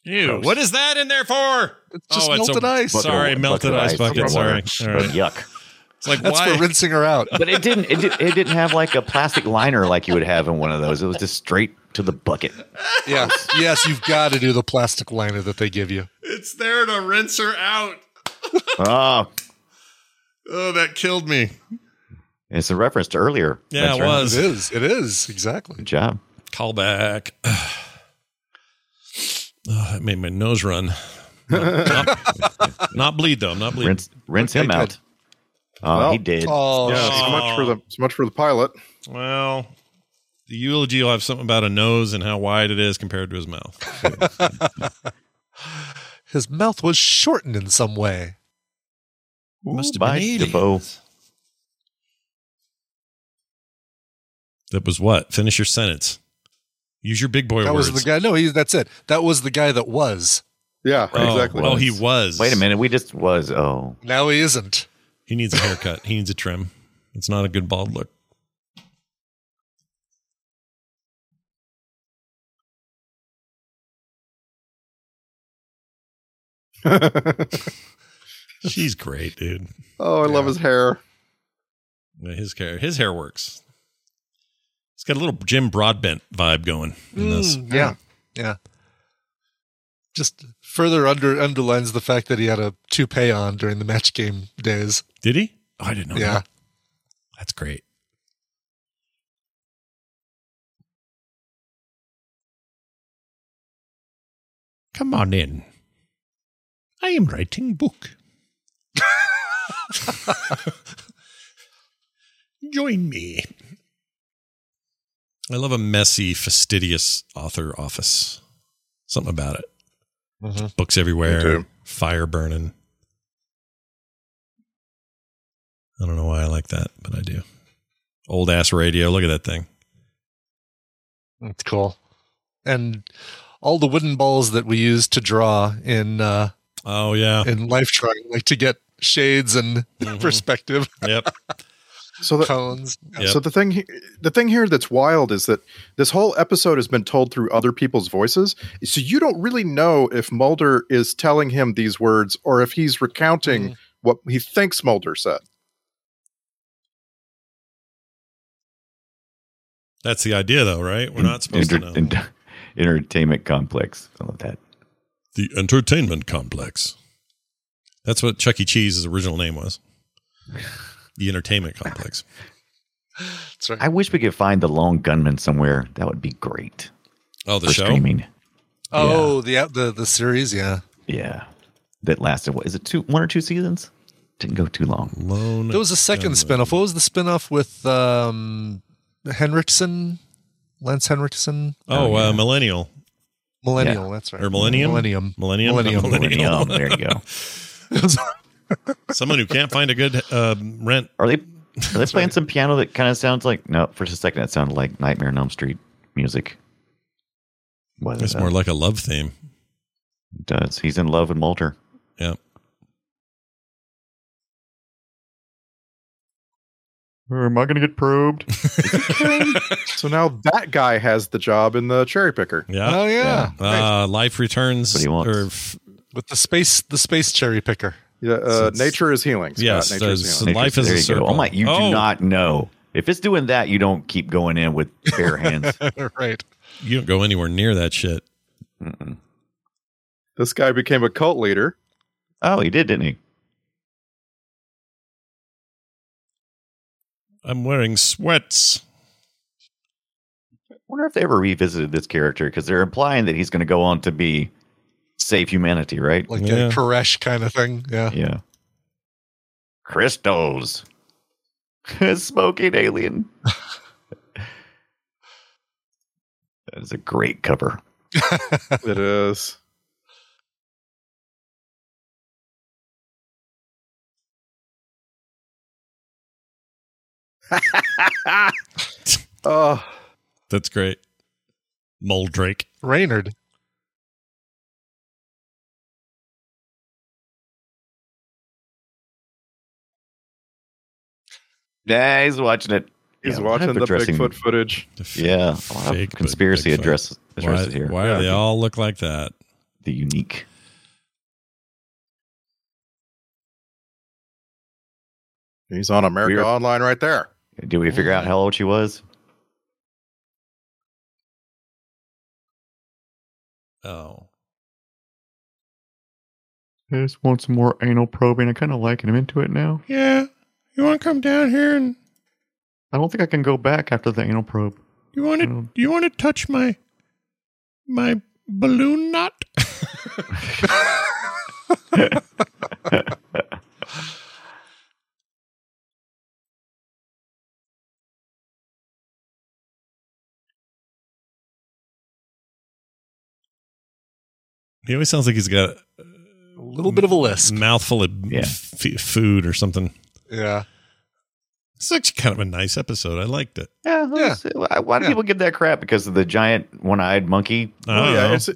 Speaker 4: Gross.
Speaker 6: what is that in there for?
Speaker 3: It's just
Speaker 6: Oh, it's a-
Speaker 3: melted ice.
Speaker 6: Sorry,
Speaker 4: Bucket of-
Speaker 6: melted
Speaker 4: bucket of
Speaker 6: ice bucket,
Speaker 4: bucket of
Speaker 6: sorry.
Speaker 4: water.
Speaker 6: All right.
Speaker 4: Yuck.
Speaker 6: It's like
Speaker 3: That's
Speaker 6: why?
Speaker 3: for rinsing her out.
Speaker 4: But it didn't. It, did, it didn't have like a plastic liner like you would have in one of those. It was just straight to the bucket.
Speaker 3: Yeah. yes, you've got to do the plastic liner that they give you.
Speaker 6: it's there to rinse her out.
Speaker 4: Oh,
Speaker 6: Oh, that killed me.
Speaker 4: it's a reference to earlier.
Speaker 6: Yeah, it
Speaker 4: right.
Speaker 6: was.
Speaker 3: It is. It is. Exactly.
Speaker 4: Good job.
Speaker 6: Call back. Oh, that made my nose run. Not, not- not bleed though. Not bleed.
Speaker 4: Rinse, rinse
Speaker 3: Okay,
Speaker 4: him out.
Speaker 3: good.
Speaker 4: Oh,
Speaker 2: Well,
Speaker 4: he did.
Speaker 3: Oh,
Speaker 6: Yeah.
Speaker 2: So much for the so much for the pilot.
Speaker 6: Well, the eulogy will have something about a nose and how wide it is compared to his mouth.
Speaker 3: his mouth was shortened in some way.
Speaker 6: Must have
Speaker 4: by
Speaker 6: been
Speaker 4: Defoe.
Speaker 6: That was what? Finish your sentence. Use your big boy
Speaker 3: that
Speaker 6: words.
Speaker 3: was the guy. No, he, that's it. That was the guy that was.
Speaker 2: Yeah,
Speaker 4: Right.
Speaker 6: Oh,
Speaker 2: exactly.
Speaker 6: Oh, he was.
Speaker 4: Wait a minute. We just was. Oh,
Speaker 3: Now he isn't.
Speaker 6: He needs a haircut. he needs a trim. It's not a good bald look. She's great, dude.
Speaker 2: oh, I love his hair.
Speaker 6: Yeah, His hair, his hair works. He's got a little Jim Broadbent vibe going in this.
Speaker 3: Mm, yeah. Yeah. Just further under underlines the fact that he had a toupee on during the match game days.
Speaker 6: Did he? Oh, I didn't know.
Speaker 3: yeah.
Speaker 6: that. that's great. Come on in. I am writing book. Join me. I love a messy, fastidious author office. Something about it.
Speaker 3: Mhm.
Speaker 6: Books
Speaker 2: Mm-hmm. Me
Speaker 6: everywhere,
Speaker 2: too.
Speaker 6: fire burning. I don't know why I like that, but I do. Old ass radio. Look at that thing.
Speaker 3: That's cool. And all the wooden balls that we use to draw in uh
Speaker 6: Oh, yeah.
Speaker 3: in life drawing, like to get shades and
Speaker 6: Mhm.
Speaker 3: perspective
Speaker 6: Yep.
Speaker 2: So the,
Speaker 3: cones.
Speaker 6: Yep.
Speaker 2: so the thing he- the thing here that's wild is that this whole episode has been told through other people's voices. So you don't really know if Mulder is telling him these words or if he's recounting what he thinks Mulder said.
Speaker 6: That's the idea, though, right? We're not supposed
Speaker 4: Enter-
Speaker 6: to know.
Speaker 4: ent- entertainment complex. I love that.
Speaker 6: the entertainment complex. That's what Chuck E. Cheese's original name was. The entertainment complex.
Speaker 3: That's right.
Speaker 4: I wish we could find the Lone Gunman somewhere. That would be great
Speaker 6: Oh, the
Speaker 4: for
Speaker 6: show.
Speaker 4: streaming.
Speaker 3: oh, the out- the the series, yeah.
Speaker 4: Yeah, that lasted. What is it? Two, one or two seasons? Didn't go too long.
Speaker 6: Lone.
Speaker 3: There was a second spinoff. What was the spinoff with um Henriksen? Lance Henriksen?
Speaker 6: Oh, uh,
Speaker 1: um,
Speaker 6: millennial
Speaker 3: Millennial, that's right.
Speaker 6: or millennium?
Speaker 3: Millennium.
Speaker 6: Millennium.
Speaker 3: Millennium.
Speaker 6: Not millennial.
Speaker 4: Millennium. There you go.
Speaker 6: Someone who can't find a good um, rent.
Speaker 4: Are they? Are they playing some piano that kind of sounds like? No, for just a second, it sounded like Nightmare on Elm Street music. What
Speaker 6: It's more like a love theme.
Speaker 4: does he's in love with Mulder?
Speaker 6: Yeah.
Speaker 4: Or am I going to get probed?
Speaker 2: So now that guy has the job in the cherry picker.
Speaker 6: Yeah.
Speaker 3: Oh yeah.
Speaker 6: uh, life returns.
Speaker 4: What he wants.
Speaker 6: Or f-
Speaker 3: With the space the space cherry picker.
Speaker 2: Yeah,
Speaker 6: So
Speaker 2: uh,
Speaker 6: it's-
Speaker 2: nature is healing. Scott.
Speaker 6: Yes,
Speaker 2: nature is
Speaker 6: there's-
Speaker 2: healing.
Speaker 6: Life is a
Speaker 4: there you
Speaker 6: circle.
Speaker 4: Go. Oh my! You
Speaker 6: Oh.
Speaker 4: do not know if it's doing that. You don't keep going in with bare hands.
Speaker 3: right.
Speaker 6: you don't go anywhere near that shit.
Speaker 4: Mm-mm.
Speaker 2: This guy became a cult leader.
Speaker 4: oh, he did, didn't he?
Speaker 6: I'm wearing sweats.
Speaker 4: wonder if they ever revisited this character because they're implying that he's going to go on to be save humanity, right?
Speaker 3: Like
Speaker 6: Yeah.
Speaker 3: a Koresh kind of thing. Yeah.
Speaker 4: yeah. Crystals. Smoking alien. that is a great cover.
Speaker 2: it is. Uh,
Speaker 1: That's great. Moldrake.
Speaker 3: Raynard.
Speaker 4: Yeah, he's watching it.
Speaker 2: he's
Speaker 4: Yeah,
Speaker 2: watching the
Speaker 4: dressing-
Speaker 2: Bigfoot footage.
Speaker 1: The f-
Speaker 4: Yeah, a lot
Speaker 1: fake
Speaker 4: of conspiracy
Speaker 1: Bigfoot.
Speaker 4: address
Speaker 1: Why,
Speaker 4: addresses here.
Speaker 1: why
Speaker 4: Yeah,
Speaker 1: do they
Speaker 4: the-
Speaker 1: all look like that?
Speaker 4: the unique?
Speaker 2: He's on America
Speaker 4: Weird.
Speaker 2: Online right there.
Speaker 4: Did we figure out how old she was?
Speaker 1: Oh.
Speaker 5: I just want some more anal probing. I kind of like it. I'm into it now.
Speaker 1: Yeah. You want to come down here and
Speaker 5: I don't think I can go back after the anal probe.
Speaker 1: you want
Speaker 5: I don't-
Speaker 1: you want to touch my my balloon knot? he always sounds like he's got
Speaker 3: A little bit of a
Speaker 1: a
Speaker 3: lisp.
Speaker 1: mouthful of
Speaker 4: Yeah.
Speaker 1: f- food or something.
Speaker 3: Yeah.
Speaker 1: It's actually kind of a nice episode. I liked it.
Speaker 4: Yeah,
Speaker 3: Yeah.
Speaker 4: those- Why do
Speaker 3: Yeah.
Speaker 4: people give that crap? Because of the giant one-eyed monkey
Speaker 1: I don't know.
Speaker 2: Oh, it's,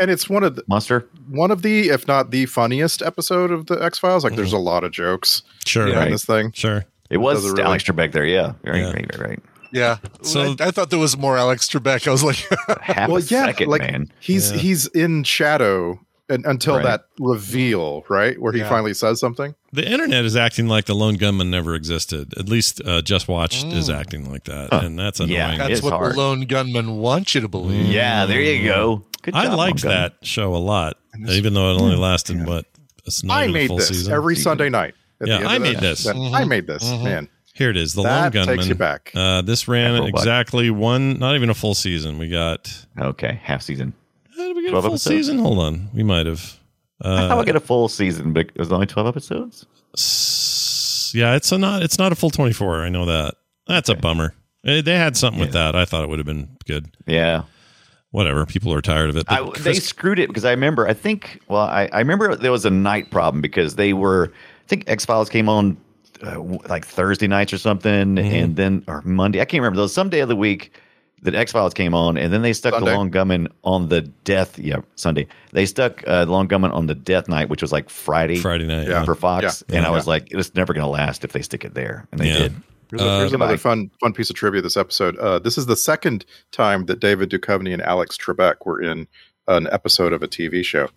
Speaker 2: and it's one of the,
Speaker 4: monster.
Speaker 2: one of the, if not the funniest episode of the X Files. Like, there's a lot of jokes
Speaker 1: sure,
Speaker 2: in
Speaker 4: Yeah. Right.
Speaker 2: this thing.
Speaker 1: sure.
Speaker 4: It was
Speaker 2: Doesn't really-
Speaker 4: Alex Trebek there. Yeah, right,
Speaker 1: Yeah.
Speaker 4: right, right. right.
Speaker 3: Yeah.
Speaker 1: So-
Speaker 3: So I, I thought there was more Alex Trebek. I was like,
Speaker 4: Half
Speaker 2: Well,
Speaker 4: a
Speaker 2: yeah,
Speaker 4: second,
Speaker 2: like-
Speaker 4: man.
Speaker 2: He's
Speaker 1: Yeah.
Speaker 2: he's in shadow and, until
Speaker 4: Right.
Speaker 2: that reveal, right, where he
Speaker 3: Yeah.
Speaker 2: finally says something.
Speaker 1: The internet is acting like the lone gunman never existed. At least uh, Just Watched
Speaker 2: Mm.
Speaker 1: is acting like that,
Speaker 4: Huh.
Speaker 1: and that's annoying.
Speaker 4: Yeah. It
Speaker 3: that's
Speaker 4: is
Speaker 3: what
Speaker 4: hard.
Speaker 3: the lone gunman wants you to believe.
Speaker 4: Yeah, there you go. Good
Speaker 1: I
Speaker 4: job,
Speaker 1: liked
Speaker 4: Mom Gun.
Speaker 1: that show a lot,
Speaker 3: And this-
Speaker 1: even though it only lasted what a snug
Speaker 2: Hmm. I
Speaker 1: of a
Speaker 2: made
Speaker 1: full
Speaker 2: this
Speaker 1: season.
Speaker 2: every
Speaker 4: Season.
Speaker 2: Sunday night. at
Speaker 1: Yeah,
Speaker 2: the end
Speaker 1: I
Speaker 2: of the-
Speaker 1: made this.
Speaker 2: that- I made this. Man,
Speaker 1: Here it is, the
Speaker 2: that
Speaker 1: lone gunman.
Speaker 2: takes you back.
Speaker 1: Uh, this ran
Speaker 4: Afro Black.
Speaker 1: exactly one, not even a full season. We got.
Speaker 4: Okay, half season.
Speaker 1: How did we get a
Speaker 4: 12
Speaker 1: full
Speaker 4: episodes?
Speaker 1: season? Hold on, we might have.
Speaker 4: I thought
Speaker 1: Uh,
Speaker 4: we get a full season, but there's only twelve episodes.
Speaker 1: s- yeah, it's a not. It's not a full twenty four. I know that. That's a bummer. Eh, They had something with that. I thought it would have been good.
Speaker 4: Yeah,
Speaker 1: Whatever. People are tired of it.
Speaker 4: I,
Speaker 1: But
Speaker 4: they
Speaker 1: Chris-
Speaker 4: screwed it because I remember. I think. Well, I, I remember there was a night problem because they were. I think X Files came on uh, w- like Thursday nights or something, and then or Monday. I can't remember. There was some day of the week that X Files came on, and then they stuck
Speaker 2: Sunday.
Speaker 4: the Long Gunman on the death. Yeah, Sunday. They stuck uh, the Long Gunman on the death night, which was like Friday.
Speaker 1: Friday night.
Speaker 2: Yeah.
Speaker 4: For Fox,
Speaker 2: Yeah.
Speaker 4: and I
Speaker 2: Yeah.
Speaker 4: was like, "It's never going to last if they stick it there," and they
Speaker 1: Yeah.
Speaker 4: did.
Speaker 2: Here's, a-
Speaker 1: uh,
Speaker 2: here's another
Speaker 4: Mike.
Speaker 2: fun fun piece of trivia this episode. Uh, this is the second time that David Duchovny and Alex Trebek were in an episode of a TV show.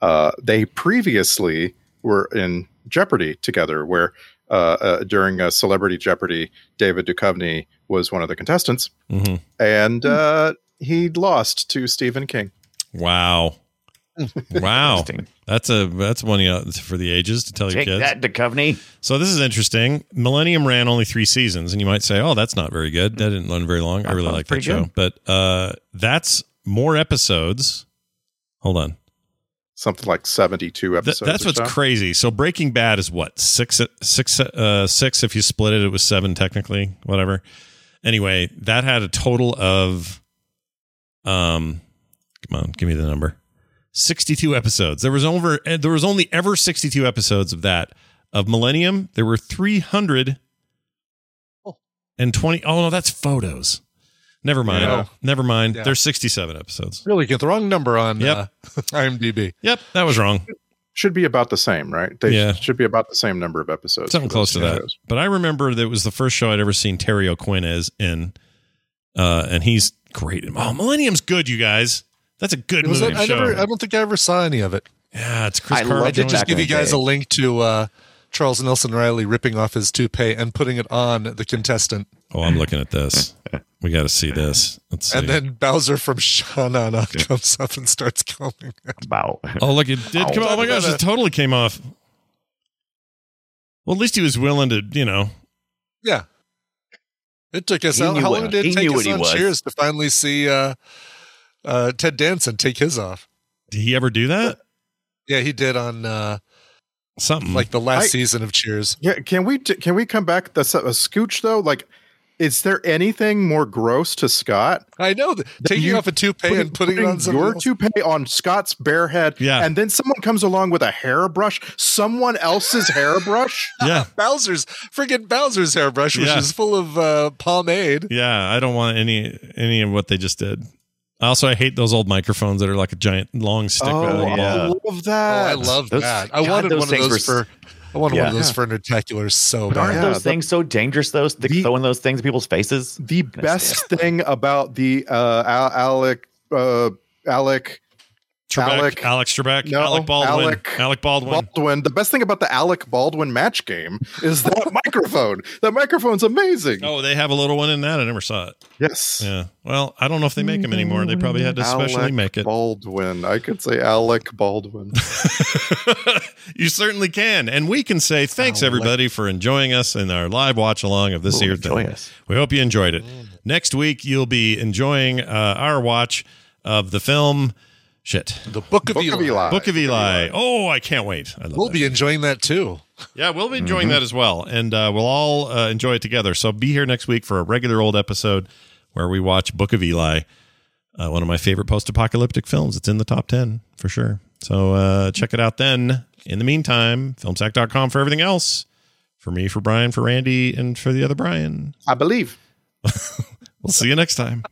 Speaker 2: Uh, they previously were in Jeopardy together, where uh, uh, during a Celebrity Jeopardy, David Duchovny was one of the contestants,
Speaker 1: hmm
Speaker 2: and uh, he lost to Stephen King.
Speaker 1: Wow. Wow.
Speaker 4: Interesting.
Speaker 1: That's a that's one you know, for Oh, the ages to tell your
Speaker 4: Take
Speaker 1: kids.
Speaker 4: that, Duchovny.
Speaker 1: So this is interesting. Millennium ran only three seasons, and you might say, "Oh, that's not very good. That didn't run very long." I
Speaker 4: That
Speaker 1: really
Speaker 4: sounds
Speaker 1: like that
Speaker 4: pretty
Speaker 1: show,
Speaker 4: good.
Speaker 1: but uh, that's more episodes. Hold on,
Speaker 2: Something like seventy-two
Speaker 1: Th-
Speaker 2: episodes.
Speaker 1: that's
Speaker 2: or
Speaker 1: what's
Speaker 2: so.
Speaker 1: crazy. So Breaking Bad is what six, six, uh, six. If you split it, it was seven technically. Whatever. Anyway, that had a total of, um, come on, give me the number, sixty-two episodes. There was over. eh, There was only ever sixty-two episodes of that of Millennium. There were three hundred and twenty. Oh no, that's photos. Never mind.
Speaker 3: Yeah.
Speaker 1: Never mind.
Speaker 3: Yeah.
Speaker 1: There's sixty-seven episodes.
Speaker 3: Really get the wrong number on
Speaker 1: Yep.
Speaker 3: uh, IMDb.
Speaker 1: Yep, that was wrong.
Speaker 2: Should be about the same, right? They
Speaker 1: Yeah.
Speaker 2: should be about the same number of episodes.
Speaker 1: something
Speaker 2: for
Speaker 1: close to
Speaker 2: those
Speaker 1: that.
Speaker 2: shows.
Speaker 1: But I remember that it was the first show I'd ever seen Terry O'Quinn as in, uh, and he's great. Oh, Millennium's good, you guys. That's a good
Speaker 3: Was
Speaker 1: movie
Speaker 3: that, I
Speaker 1: show.
Speaker 3: never. I don't think I ever saw any of it.
Speaker 1: yeah, it's Chris
Speaker 4: I
Speaker 1: Carter.
Speaker 4: loved
Speaker 3: I did
Speaker 4: Back
Speaker 3: just give
Speaker 4: in
Speaker 3: you
Speaker 4: the
Speaker 3: guys
Speaker 4: day.
Speaker 3: a link to uh, Charles Nelson Riley ripping off his toupee and putting it on the contestant,
Speaker 1: Oh, I'm looking at this. We got to see this. Let's see.
Speaker 3: and then Bowser from Shauna on comes up and starts coming.
Speaker 4: Bow.
Speaker 1: oh, look, it did come. Oh my gosh, it totally came off. Well, at least he was willing to, you know.
Speaker 3: yeah, it took us
Speaker 4: He
Speaker 3: out.
Speaker 4: knew
Speaker 3: How
Speaker 4: what-
Speaker 3: long did
Speaker 4: he
Speaker 3: it take
Speaker 4: knew
Speaker 3: us
Speaker 4: what he
Speaker 3: on
Speaker 4: was.
Speaker 3: Cheers to finally see uh, uh, Ted Danson take his off?
Speaker 1: Did he ever do that?
Speaker 3: Yeah, he did on uh,
Speaker 1: Something
Speaker 4: Hmm.
Speaker 3: like the last
Speaker 2: I-
Speaker 3: season of Cheers.
Speaker 2: Yeah, can we can we come back? That's a, a scooch though. Like Is there anything more gross to Scott?
Speaker 3: I know. that Taking
Speaker 2: you-
Speaker 3: off a toupee and putting, it on something
Speaker 2: your
Speaker 3: else.
Speaker 2: toupee on Scott's bare head,
Speaker 6: Yeah.
Speaker 2: and then someone comes along with a hairbrush, someone else's hairbrush.
Speaker 6: Yeah.
Speaker 3: Bowser's friggin' Bowser's hairbrush, which
Speaker 6: Yeah.
Speaker 3: is full of uh, pomade.
Speaker 6: Yeah, I don't want any any of what they just did. Also, I hate those old microphones that are like a giant long stick. with a
Speaker 2: Oh,
Speaker 6: little-
Speaker 4: yeah.
Speaker 2: I love
Speaker 3: Oh,
Speaker 2: that.
Speaker 3: I love
Speaker 4: Those-
Speaker 3: that. I
Speaker 4: God,
Speaker 3: wanted
Speaker 4: those
Speaker 3: one of
Speaker 4: things
Speaker 3: those
Speaker 4: were s-
Speaker 3: for. I wanted one of
Speaker 4: Yeah.
Speaker 3: those for Nentaculars so
Speaker 4: But aren't
Speaker 3: bad.
Speaker 2: yeah,
Speaker 4: those
Speaker 2: the-
Speaker 4: things so dangerous? Those th-
Speaker 2: The-
Speaker 4: throwing those things in people's faces.
Speaker 2: the best thing about the uh, Al- Alec uh, Alec
Speaker 6: Trebek,
Speaker 2: Alec-
Speaker 6: Alex Trebek,
Speaker 2: No,
Speaker 6: Alec Baldwin, Alec,
Speaker 2: Alec-
Speaker 6: Baldwin.
Speaker 2: Baldwin. The best thing about the Alec Baldwin match game is that microphone. That microphone's amazing.
Speaker 6: Oh, they have a little one in that. I never saw it.
Speaker 2: Yes,
Speaker 6: Yeah. Well, I don't know if they make them anymore. They probably had to specially
Speaker 2: Alec
Speaker 6: make it.
Speaker 2: Baldwin. I could say Alec Baldwin.
Speaker 6: you certainly can. And we can say thanks,
Speaker 3: Alec.
Speaker 6: everybody, for enjoying us in our live watch along of this
Speaker 4: Ooh,
Speaker 6: year
Speaker 4: enjoy
Speaker 6: thing.
Speaker 4: us.
Speaker 6: We hope you enjoyed it. Next week, you'll be enjoying uh, our watch of the film. Shit.
Speaker 3: The Book of
Speaker 2: Book
Speaker 3: Eli.
Speaker 2: of Eli.
Speaker 6: Book of Eli. Oh, I can't wait. I love
Speaker 3: We'll
Speaker 6: that.
Speaker 3: be enjoying that too.
Speaker 6: Yeah, we'll be enjoying that as well. And uh, we'll all uh, enjoy it together. So be here next week for a regular old episode where we watch Book of Eli, uh, one of my favorite post apocalyptic films. It's in the top 10 for sure. So uh, check it out then. In the meantime, filmsack.com for everything else. For me, for Brian, for Randy, and for the other Brian.
Speaker 2: I believe.
Speaker 6: We'll see you next time.